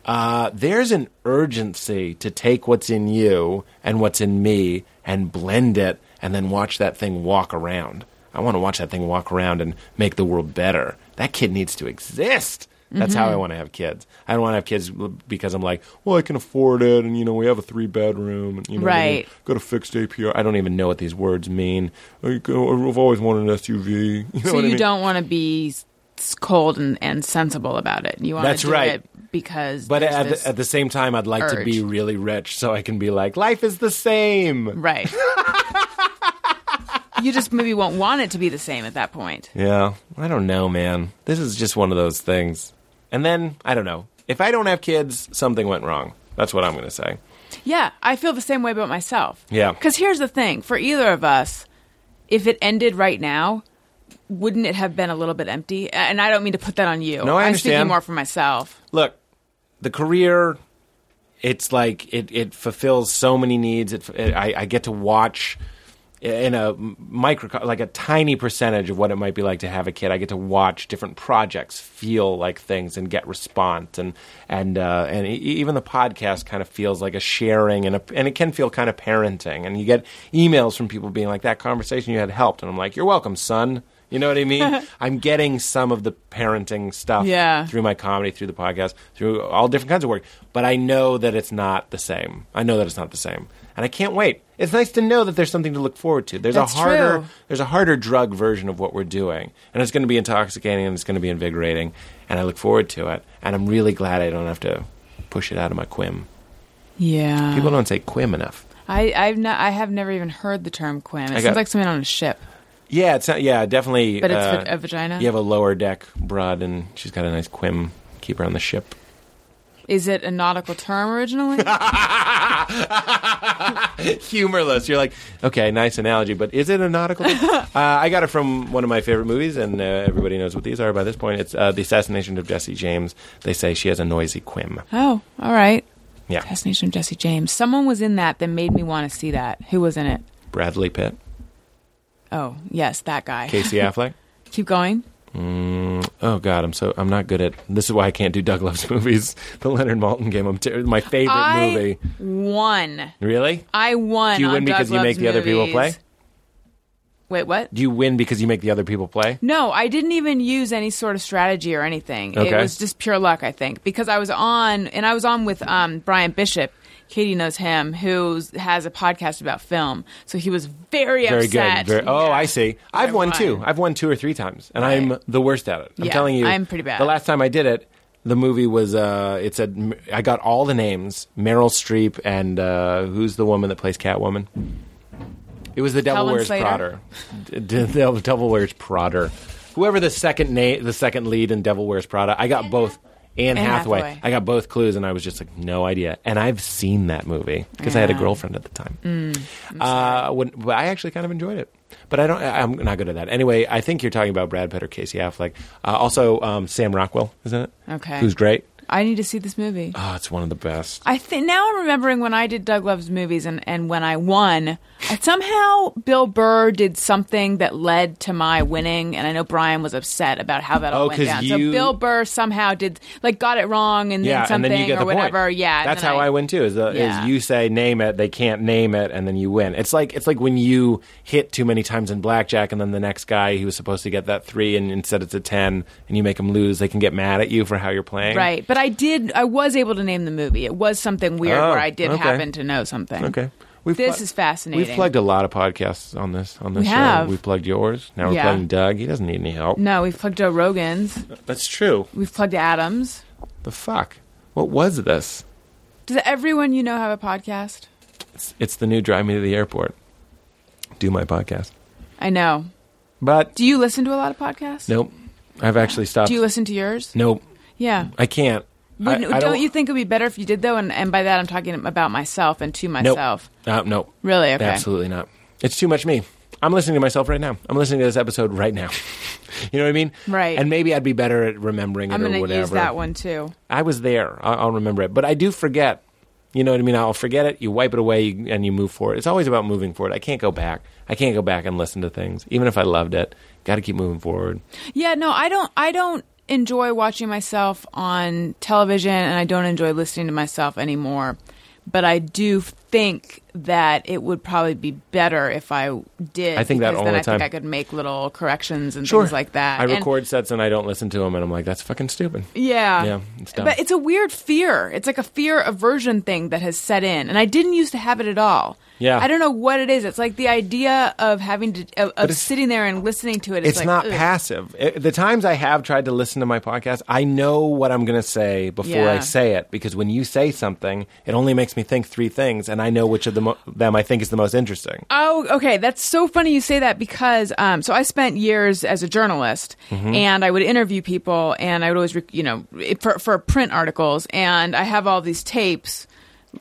Uh, there's an urgency to take what's in you and what's in me and blend it and then watch that thing walk around. I want to watch that thing walk around and make the world better. That kid needs to exist. That's how I want to have kids. I don't want to have kids because I'm like, well, I can afford it, and you know, we have a three bedroom, and you know, we Right. got a fixed APR. I don't even know what these words mean. I go- I've always wanted an SUV. You know So what I you mean? don't want to be s- cold and, and sensible about it. You want That's to do right. it because. But there's at this- the, at the same time, I'd like to be urge. really rich so I can be like, life is the same. right. you just maybe won't want it to be the same at that point. Yeah, I don't know, man. This is just one of those things. And then I don't know. If I don't have kids, something went wrong. That's what I'm going to say. Yeah, I feel the same way about myself. Yeah. Because here's the thing for either of us, if it ended right now, wouldn't it have been a little bit empty? And I don't mean to put that on you. No, I I'm speaking understand. more for myself. look, the career, it's like it, it fulfills so many needs. It, it, I, I get to watch in a micro, like a tiny percentage of what it might be like to have a kid. I get to watch different projects, feel like things, and get response, and and uh, and e- even the podcast kind of feels like a sharing, and a, and it can feel kind of parenting. And you get emails from people being like, "That conversation you had helped," and I'm like, "You're welcome, son." You know what I mean? I'm getting some of the parenting stuff Yeah. through my comedy, through the podcast, through all different kinds of work. But I know that it's not the same. I know that it's not the same, and I can't wait. It's nice to know that there's something to look forward to. There's That's a harder, true. there's a harder drug version of what we're doing, and it's going to be intoxicating and it's going to be invigorating, and I look forward to it. And I'm really glad I don't have to push it out of my quim. Yeah. People don't say quim enough. I, I've not, I have never even heard the term quim. It got- sounds like something on a ship. Yeah, it's not, yeah, definitely. But it's uh, va- a vagina? You have a lower deck broad, and she's got a nice quim. Keep her on the ship. Is it a nautical term originally? humorless. You're like, okay, nice analogy, but is it a nautical? uh, I got it from one of my favorite movies, and uh, everybody knows what these are by this point. It's uh, the assassination of Jesse James. They say she has a noisy quim. oh, all right. Yeah, Fascination of Jesse James. Someone was in that that made me want to see that. Who was in it? Bradley Pitt, Oh, yes, that guy. Casey Affleck. Keep going. Oh God, I'm so I'm not good at this. Is why I can't do Doug Love's movies. The Leonard Maltin game. I'm ter- my favorite I movie. won. Really? I won. Do you on win Doug because you Love's make the other people movies. play? Wait, what? Do you win because you make the other people play? No, I didn't even use any sort of strategy or anything. Okay. It was just pure luck, I think, because I was on and I was on with um, Brian Bishop. Katie knows him, who has a podcast about film. So he was very, Very upset. good. Very, oh, Yeah. I see. I've I won won. two. I've won two or three times, and Right. I'm the worst at it. I'm Yeah, telling you, I'm pretty bad. The last time I did it, the movie was. Uh, it said I got all the names: Meryl Streep and uh, who's the woman that plays Catwoman? It was the Devil Helen Wears Slater? Prada. D- d- The Devil Wears Prada. Whoever the second na- the second lead in Devil Wears Prada, I got both. Anne Anne Hathaway. Hathaway. I got both clues, and I was just like, no idea. And I've seen that movie because I had a Yeah. Mm. girlfriend at the time. Uh, when, but I actually kind of enjoyed it. But I don't. I- I'm not good at that. Anyway, I think you're talking about Brad Pitt or Casey Affleck. Uh, also, um, Sam Rockwell, isn't it? Okay. Who's great? I need to see this movie. Oh, it's one of the best. I think now I'm remembering when I did Doug Love's movies and, and when I won, I somehow Bill Burr did something that led to my winning, and I know Brian was upset about how that all Oh, went 'cause down. you- So Bill Burr somehow did like got it wrong and yeah, then something and then you get or the whatever. point. Yeah, and that's then how I, win too. Is, the, Yeah. is you say name it, they can't name it, and then you win. It's like it's like when you hit too many times in blackjack, and then the next guy who was supposed to get that three, and instead it's a ten, and you make them lose. They can get mad at you for how you're playing. Right, but I did. I was able to name the movie. It was something weird Oh, where I did okay. happen to know something. Okay. We've This plu- is fascinating. We've plugged a lot of podcasts on this on this We show. have. We've plugged yours. Now we're Yeah. plugging Doug. He doesn't need any help. No, we've plugged Joe Rogan's. That's true. We've plugged Adams. The fuck? What was this? Does everyone you know have a podcast? It's, it's the new Drive Me to the Airport. Do my podcast. I know. But Do you listen to a lot of podcasts? nope. I've actually stopped. Do you listen to yours? nope. Yeah. I can't. I- Wouldn't- I don't, you think it would be better if you did though? And, and by that I'm talking about myself and to Nope. myself. Uh, nope. Really? Okay. Absolutely not. It's too much me. I'm listening to myself right now. I'm listening to this episode right now. you know what I mean? Right. And maybe I'd be better at remembering it I'm or going to whatever. use that one too. I was there. I'll, I'll remember it. But I do forget. You know what I mean? I'll forget it. You wipe it away you- and you move forward. It's always about moving forward. I can't go back. I can't go back and listen to things, even if I loved it. Got to keep moving forward. Yeah. No, I don't. I don't enjoy watching myself on television, and I don't enjoy listening to myself anymore. But I do think that it would probably be better if I did. I think that because all then the I time. think I could make little corrections and Sure. things like that. I And- record sets and I don't listen to them, and I'm like, that's fucking stupid. Yeah. Yeah, it's dumb. But it's a weird fear. It's like a fear aversion thing that has set in. And I didn't used to have it at all. Yeah. I don't know what it is. It's like the idea of having to, of, of it's- sitting there and listening to it. It's, It's like, not ugh. passive. It- the times I have tried to listen to my podcast, I know what I'm going to say before I Yeah. say it because when you say something, it only makes me think three things, and I know which of the mo- them I think is the most interesting. Oh, okay. That's so funny you say that because um, so I spent years as a journalist, Mm-hmm. and I would interview people, and I would always, rec- you know, it- for for print articles, and I have all these tapes,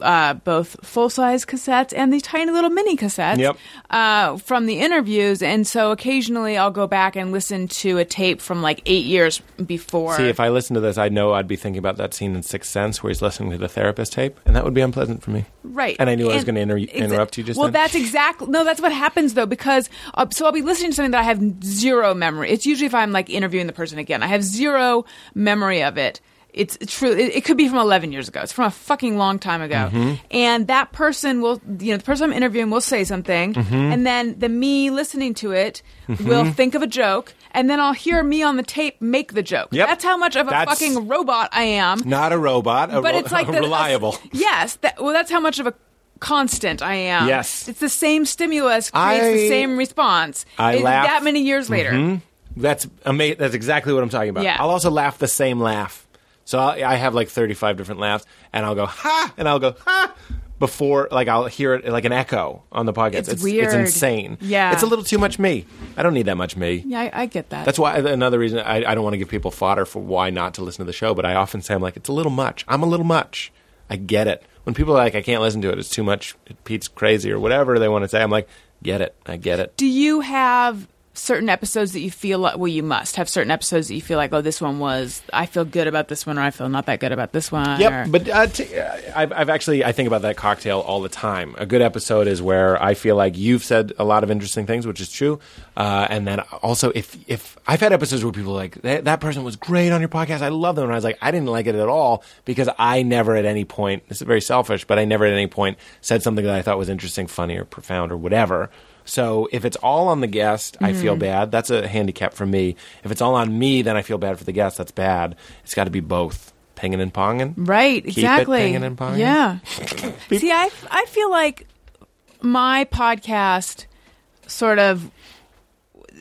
uh, both full size cassettes and the tiny little mini cassettes Yep. uh, from the interviews, and so occasionally I'll go back and listen to a tape from like eight years before. See, if I listened to this, I know I'd be thinking about that scene in Sixth Sense where he's listening to the therapist tape, and that would be unpleasant for me. Right. And I knew I was And- going to inter- exa- interrupt you just Well, then. that's exactly. No, that's what happens though, because uh, so I'll be listening to something that I have zero memory. It's usually if I'm like interviewing the person again, I have zero memory of it. It's true. It, it could be from 11 years ago. It's from a fucking long time ago. Mm-hmm. And that person will, you know, the person I'm interviewing will say something, Mm-hmm. and then the me listening to it will think of a joke, and then I'll hear me on the tape make the joke. Yep. That's how much of a That's- fucking robot I am Not a robot, a but ro- it's like the, reliable. yes, that, well, that's how much of a constant I am. Yes. it's the same stimulus creates I- the same response. I It- laugh. Mm-hmm. that many years later. That's ama- That's exactly what I'm talking about. Yeah. I'll also laugh the same laugh. So I'll, I have like 35 different laughs, and I'll go ha, and I'll go ha before like I'll hear it like an echo on the podcast. It's it's weird. It's insane. Yeah. It's a little too much me. I don't need that much me. Yeah, I, I get that. That's why another reason I, I don't want to give people fodder for why not to listen to the show, but I often say I'm like, it's a little much. I'm a little much. I get it. When people are like, I can't listen to it, it's too much, Pete's crazy or whatever they want to say, I'm like, get it. I get it. Do you have certain episodes that you feel like? Well, you must have certain episodes that you feel like, oh, this one was. I feel good about this one, or I feel not that good about this one. or- Yep, but uh, t- I've, I've actually I think about that cocktail all the time. A good episode is where I feel like you've said a lot of interesting things, which is true, uh, and then also if if I've had episodes where people are like that, that person was great on your podcast, I love them, and I was like I didn't like it at all because I never at any point this is very selfish, but I never at any point said something that I thought was interesting, funny, or profound or whatever. So if it's all on the guest, I feel bad. That's a handicap for me. If it's all on me, then I feel bad for the guest. That's bad. It's got to be both pinging and ponging. Right, Keep it exactly. pinging and ponging. Yeah. See, I, I feel like my podcast sort of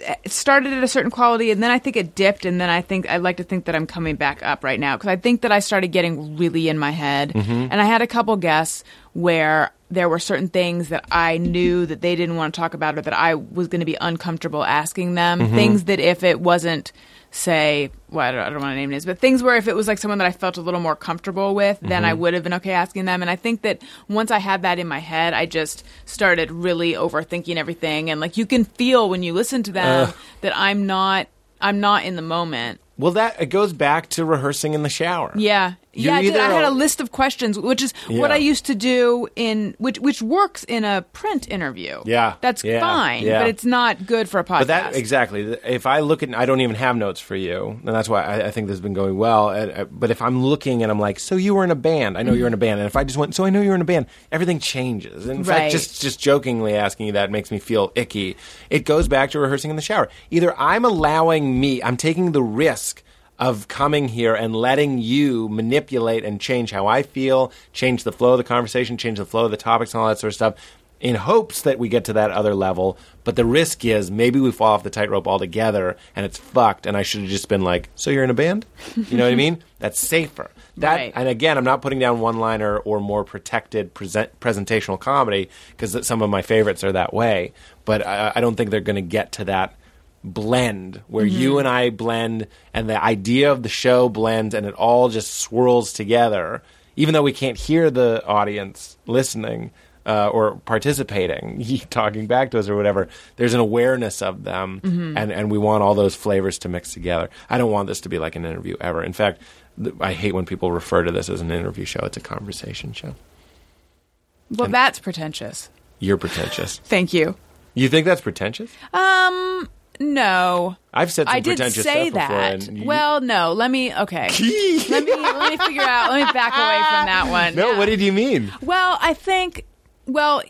eh, started at a certain quality and then I think it dipped and then I think I like to think that I'm coming back up right now because I think that I started getting really in my head Mm-hmm. and I had a couple guests where there were certain things that I knew that they didn't want to talk about or that I was going to be uncomfortable asking them Mm-hmm. things that if it wasn't say well I don't, I don't want to name names but things where if it was like someone that I felt a little more comfortable with then Mm-hmm. I would have been okay asking them and I think that once I had that in my head I just started really overthinking everything and like you can feel when you listen to them that I'm not I'm not in the moment Well, that it goes back to rehearsing in the shower. yeah. You're yeah, I did. either I had a- a list of questions, which is what Yeah. I used to do in which which works in a print interview. Yeah. That's Yeah. fine, Yeah. but it's not good for a podcast. But that exactly. If I look at, I don't even have notes for you, and that's why I, I think this has been going well. And, uh, But if I'm looking and I'm like, so you were in a band, I know you're in a band, and if I just went, so I know you're in a band, everything changes. And in Right. fact, just just jokingly asking you that makes me feel icky. It goes back to rehearsing in the shower. Either I'm allowing me, I'm taking the risk. Of coming here and letting you manipulate and change how I feel, change the flow of the conversation, change the flow of the topics, and all that sort of stuff in hopes that we get to that other level. But the risk is maybe we fall off the tightrope altogether and it's fucked. And I should have just been like, "So you're in a band?" You know what I mean? That's safer. That Right. and again, I'm not putting down one-liner or more protected present, presentational comedy because some of my favorites are that way. But I, I don't think they're going to get to that blend where you and I blend and the idea of the show blends and it all just swirls together. Even though we can't hear the audience listening uh, or participating, talking back to us or whatever, there's an awareness of them, Mm-hmm. and, and we want all those flavors to mix together. I don't want this to be like an interview ever. In fact, th- I hate when people refer to this as an interview show. It's a conversation show. well, that's pretentious. You're pretentious. Thank you. you think that's pretentious? Um, no. I've said some I did pretentious say stuff before, that. and you- well, no. Let me. Okay. let me. Let me figure out. Let me back away from that one. No, Yeah. what did you mean? Well, I think. Well,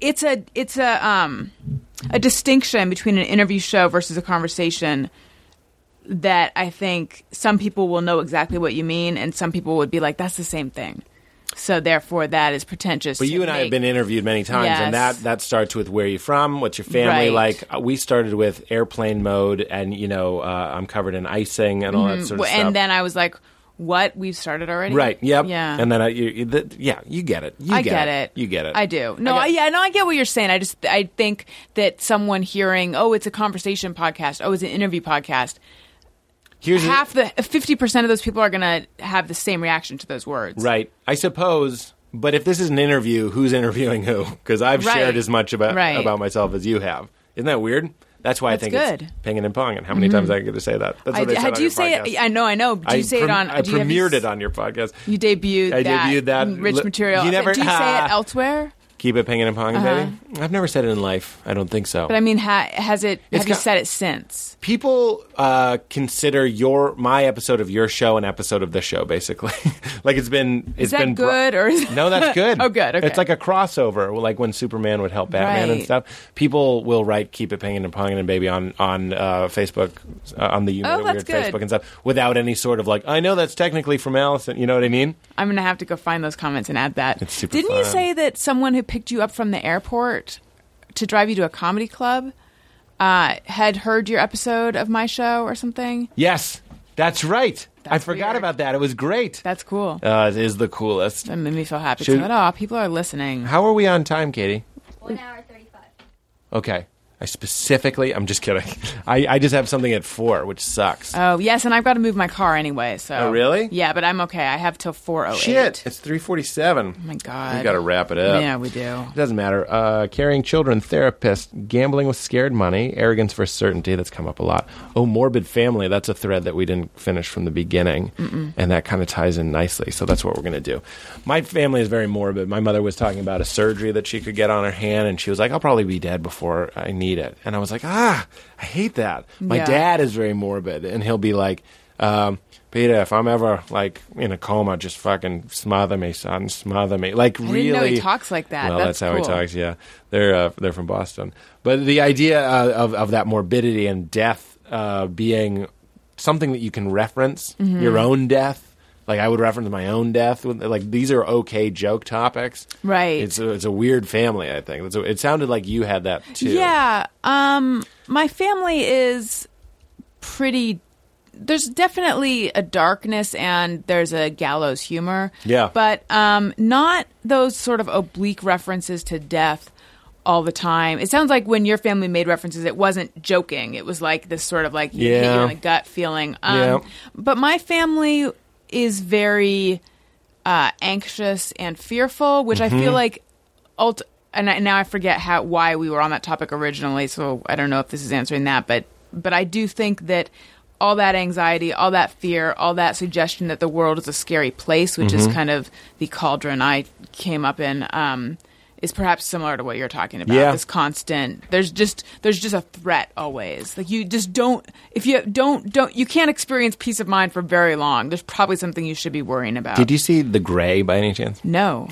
it's a it's a um a distinction between an interview show versus a conversation that I think some people will know exactly what you mean, and some people would be like, "That's the same thing." So therefore, that is pretentious. But to you and I have make. been interviewed many times, and Yes. that that starts with where you from, what's your family Right. like. Uh, We started with airplane mode, and you know, uh, I'm covered in icing and all that sort of Mm-hmm. and stuff. then I was like, "What? We've started already." right, yep, Yeah. and then I, you, you- th- yeah, you get it, you I get, it. you get it. I do. No, got- I, yeah, no, I get what you're saying. I just, I think that someone hearing, oh, it's a conversation podcast, oh, it's an interview podcast. Here's the- Half the fifty percent of those people are gonna have the same reaction to those words. Right. I suppose. But if this is an interview, who's interviewing who? Because I've Right. shared as much about Right. about myself as you have. Isn't that weird? That's why I That's think good. Mm-hmm. it's pinging and ponging. How many times I get to say that? That's I, what I, said had on you your say podcast. it? I know, I know. Did you say it prem- on? I do you have- premiered it on your podcast. You debuted. I that debuted that. rich Look, material. you never- Do you say Ah. it elsewhere? Keep it pinging and ponging, baby. I've never said it in life. I don't think so. Uh-huh. But I mean, ha- has it? It's have you got- said it since? people uh, consider your my episode of your show an episode of this show, basically. like it's been it's that been bro- good or is- no? That's good. Oh, good, okay. It's like a crossover, like when Superman would help Batman and Right. stuff. People will write "Keep It Pinging and Ponging and Baby" on on uh, Facebook uh, on the you Made Oh, It that's weird good. Facebook and stuff without any sort of like I know that's technically from Allison. You know what I mean? I'm gonna have to go find those comments and add that. It's super Didn't you fun. say that someone who picked you up from the airport to drive you to a comedy club uh, had heard your episode of my show or something? Yes, that's right. I That's forgot weird. about that. It was great. That's cool. Uh, it is the coolest. that made me feel happy. should- So, oh, people are listening. How are we on time, Katie? One hour thirty-five. Okay. I specifically, I'm just kidding. I, I just have something at four, which sucks. Oh yes, and I've got to move my car anyway. So Oh, really? Yeah, but I'm okay. I have till four oh eight. Shit, it's 347. Oh my god. We got to wrap it up. Yeah, we do. It doesn't matter. Uh, carrying children, therapist, gambling with scared money, arrogance versus certainty. That's come up a lot. Oh, morbid family. That's a thread that we didn't finish from the beginning, and that kind of ties in nicely. So that's what we're going to do. My family is very morbid. My mother was talking about a surgery that she could get on her hand, and she was like, "I'll probably be dead before I need it." And I was like, "Ah, I hate that." My Yeah. dad is very morbid, and he'll be like. Um, Peter, if I'm ever like in a coma, just fucking smother me, son, smother me. Like I really didn't know he talks like that. well, that's, That's how cool. he talks. Yeah, they're uh, they're from Boston, but the idea uh, of of that morbidity Mm-hmm. and death uh, being something that you can reference your own death. Like I would reference my own death. With, like these are okay joke topics. Right. It's a, it's a weird family. I think. It's a, it sounded like you had that too. Yeah. Um my family is pretty there's definitely a darkness and there's a gallows humor. Yeah. But um not those sort of oblique references to death all the time. It sounds like when your family made references it wasn't joking. It was like this sort of like you hit you Yeah. in the gut feeling. Um Yeah. but my family is very uh, anxious and fearful, which I feel like ult- and I, now I forget how why we were on that topic originally, so I don't know if this is answering that, but but I do think that all that anxiety, all that fear, all that suggestion that the world is a scary place, which is kind of the cauldron I came up in, um, is perhaps similar to what you're talking about. Yeah. This constant, there's just there's just a threat always. Like you just don't if you don't don't you can't experience peace of mind for very long. There's probably something you should be worrying about. Did you see The Gray by any chance? No.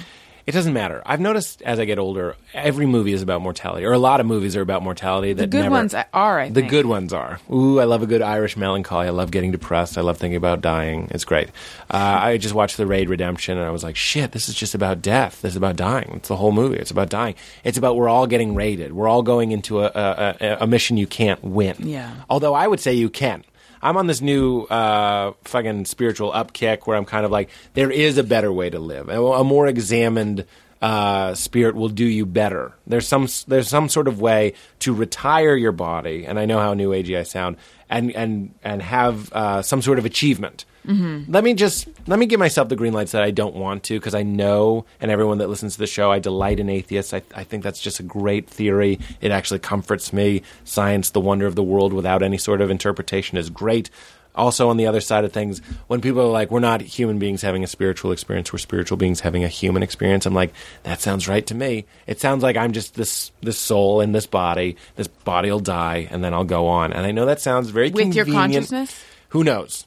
It doesn't matter. I've noticed as I get older, every movie is about mortality, or a lot of movies are about mortality. That The good never, ones are. I the think. good ones are. Ooh, I love a good Irish melancholy. I love getting depressed. I love thinking about dying. It's great. Uh, I just watched The Raid Redemption, and I was like, shit, this is just about death. This is about dying. It's the whole movie. It's about dying. It's about we're all getting raided. We're all going into a a, a, a mission you can't win. Yeah. Although I would say you can. I'm on this new uh, fucking spiritual upkick where I'm kind of like, there is a better way to live. A, a more examined uh, spirit will do you better. There's some there's some sort of way to retire your body, and I know how new agey I sound, and and and have uh, some sort of achievement. Let me just let me give myself the green lights that I don't want to because I know, and everyone that listens to the show, I delight in atheists. I, I think that's just a great theory. It actually comforts me. Science, the wonder of the world without any sort of interpretation, is great. Also, on the other side of things, when people are like, "We're not human beings having a spiritual experience; we're spiritual beings having a human experience," I'm like, "That sounds right to me." It sounds like I'm just this this soul in this body. This body will die, and then I'll go on. And I know that sounds very With your convenient. consciousness? Who knows?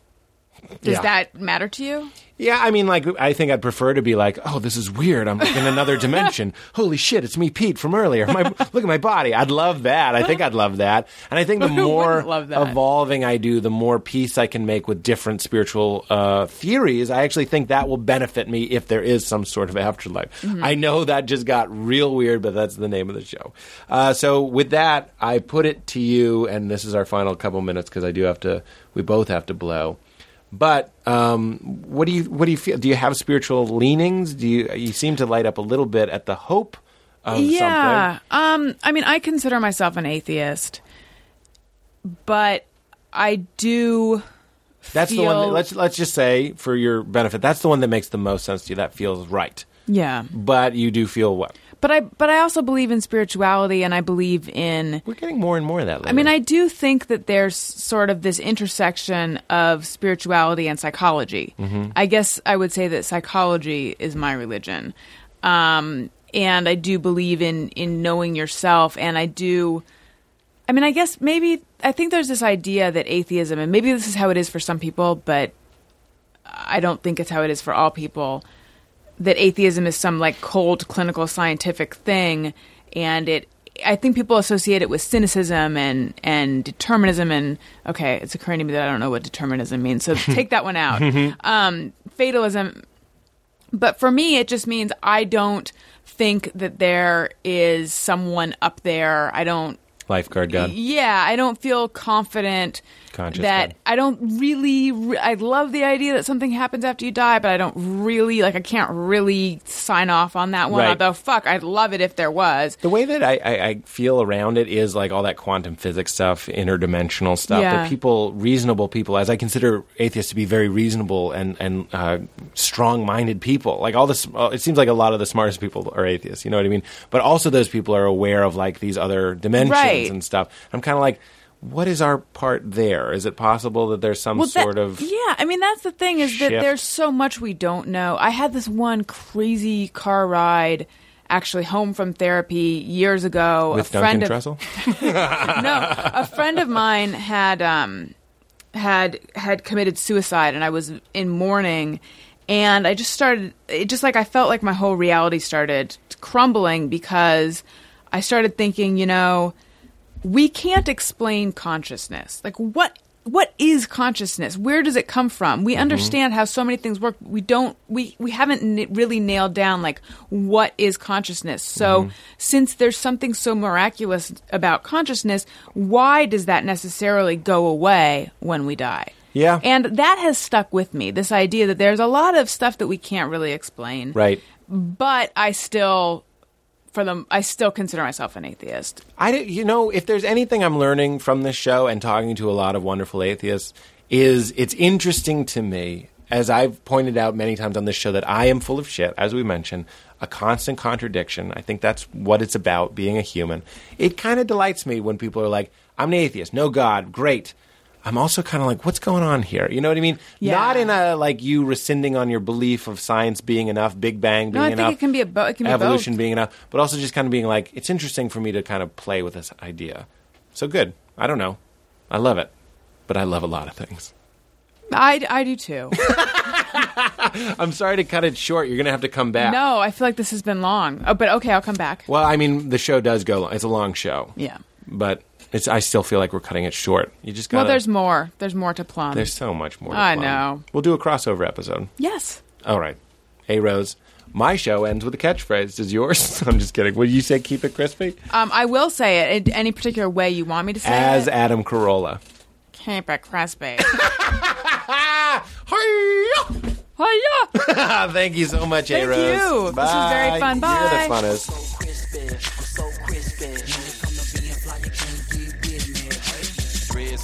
Does Yeah. that matter to you? Yeah, I mean, like, I think I'd prefer to be like, oh, this is weird. I'm like in another dimension. Holy shit, it's me, Pete, from earlier. My, look at my body. I'd love that. I think I'd love that. And I think the Who more wouldn't love that? evolving I do, the more peace I can make with different spiritual uh, theories. I actually think that will benefit me if there is some sort of afterlife. I know that just got real weird, but that's the name of the show. Uh, so, with that, I put it to you, and this is our final couple minutes because I do have to, we both have to blow. But um, what do you what do you feel? Do you have spiritual leanings? Do you you seem to light up a little bit at the hope of yeah. something? Um, I mean, I consider myself an atheist, but I do. That's the one. That, feel- let's let's just say for your benefit, that's the one that makes the most sense to you. That feels right. Yeah, But you do feel what? but I but I also believe in spirituality, and I believe in. We're getting more and more of that. Lately. I mean, I do think that there's sort of this intersection of spirituality and psychology. I guess I would say that psychology is my religion. Um, and I do believe in in knowing yourself and I do I mean, I guess maybe I think there's this idea that atheism and maybe this is how it is for some people, but I don't think it's how it is for all people that atheism is some like cold clinical scientific thing and it I think people associate it with cynicism and and determinism and okay, it's occurring to me that I don't know what determinism means. So take that one out. um fatalism but for me it just means I don't think that there is someone up there. I don't lifeguard God. yeah, I don't feel confident Conscious that God. I don't really. Re- I love the idea that something happens after you die, but I don't really like. I can't really sign off on that one. Right. Although, fuck, I'd love it if there was. The way that I, I, I feel around it is like all that quantum physics stuff, interdimensional stuff. Yeah. That people, reasonable people, as I consider atheists to be very reasonable and and uh, strong-minded people. Like all this, uh, it seems like a lot of the smartest people are atheists. You know what I mean? But also those people are aware of like these other dimensions Right. and stuff. I'm kind of like, what is our part there? Is it possible that there's some that- sort of yeah i mean that's the thing is that shift. there's so much we don't know i had this one crazy car ride actually home from therapy years ago with a friend Duncan of, Trussell? no, a friend of mine had um, had had committed suicide, and I was in mourning, and I just started. It just like I felt like my whole reality started crumbling because I started thinking, you know, we can't explain consciousness. Like what what is consciousness? Where does it come from? Mm-hmm. We understand how so many things work. We don't. We we haven't n- really nailed down like what is consciousness. Mm-hmm. So since there's something so miraculous about consciousness, why does that necessarily go away when we die? Yeah. and that has stuck with me. This idea that there's a lot of stuff that we can't really explain. Right. But I still, for them, I still consider myself an atheist. I don't- you know if there's anything I'm learning from this show and talking to a lot of wonderful atheists is it's interesting to me as I've pointed out many times on this show that I am full of shit as we mentioned a constant contradiction I think that's what it's about being a human it kind of delights me when people are like I'm an atheist no god great I'm also kind of like what's going on here you know what I mean Yeah. not in a like you rescinding on your belief of science being enough big bang being No, I think enough it can be a bo- it can be both. evolution being enough, but also just kind of being like, it's interesting for me to kind of play with this idea. So good. I don't know. I love it, but I love a lot of things. I, I do too. I'm sorry to cut it short. You're going to have to come back. No, I feel like this has been long. Oh, but okay, I'll come back. Well, I mean, the show does go long. It's a long show. Yeah. But it's. I still feel like we're cutting it short. You just got Well, there's more. There's more to plumb. there's so much more. to I plumb. know. We'll do a crossover episode. yes. All right. Hey, Rose. My show ends with a catchphrase. Does yours? I'm just kidding. Would you say keep it crispy? Um, I will say it in any particular way you want me to say As it. Adam Carolla. Keep it crispy. Ah, Hi-ya! Hiya! Thank you so much, Thank A-Rose. you. This was very fun. Bye. You're the funnest. Reds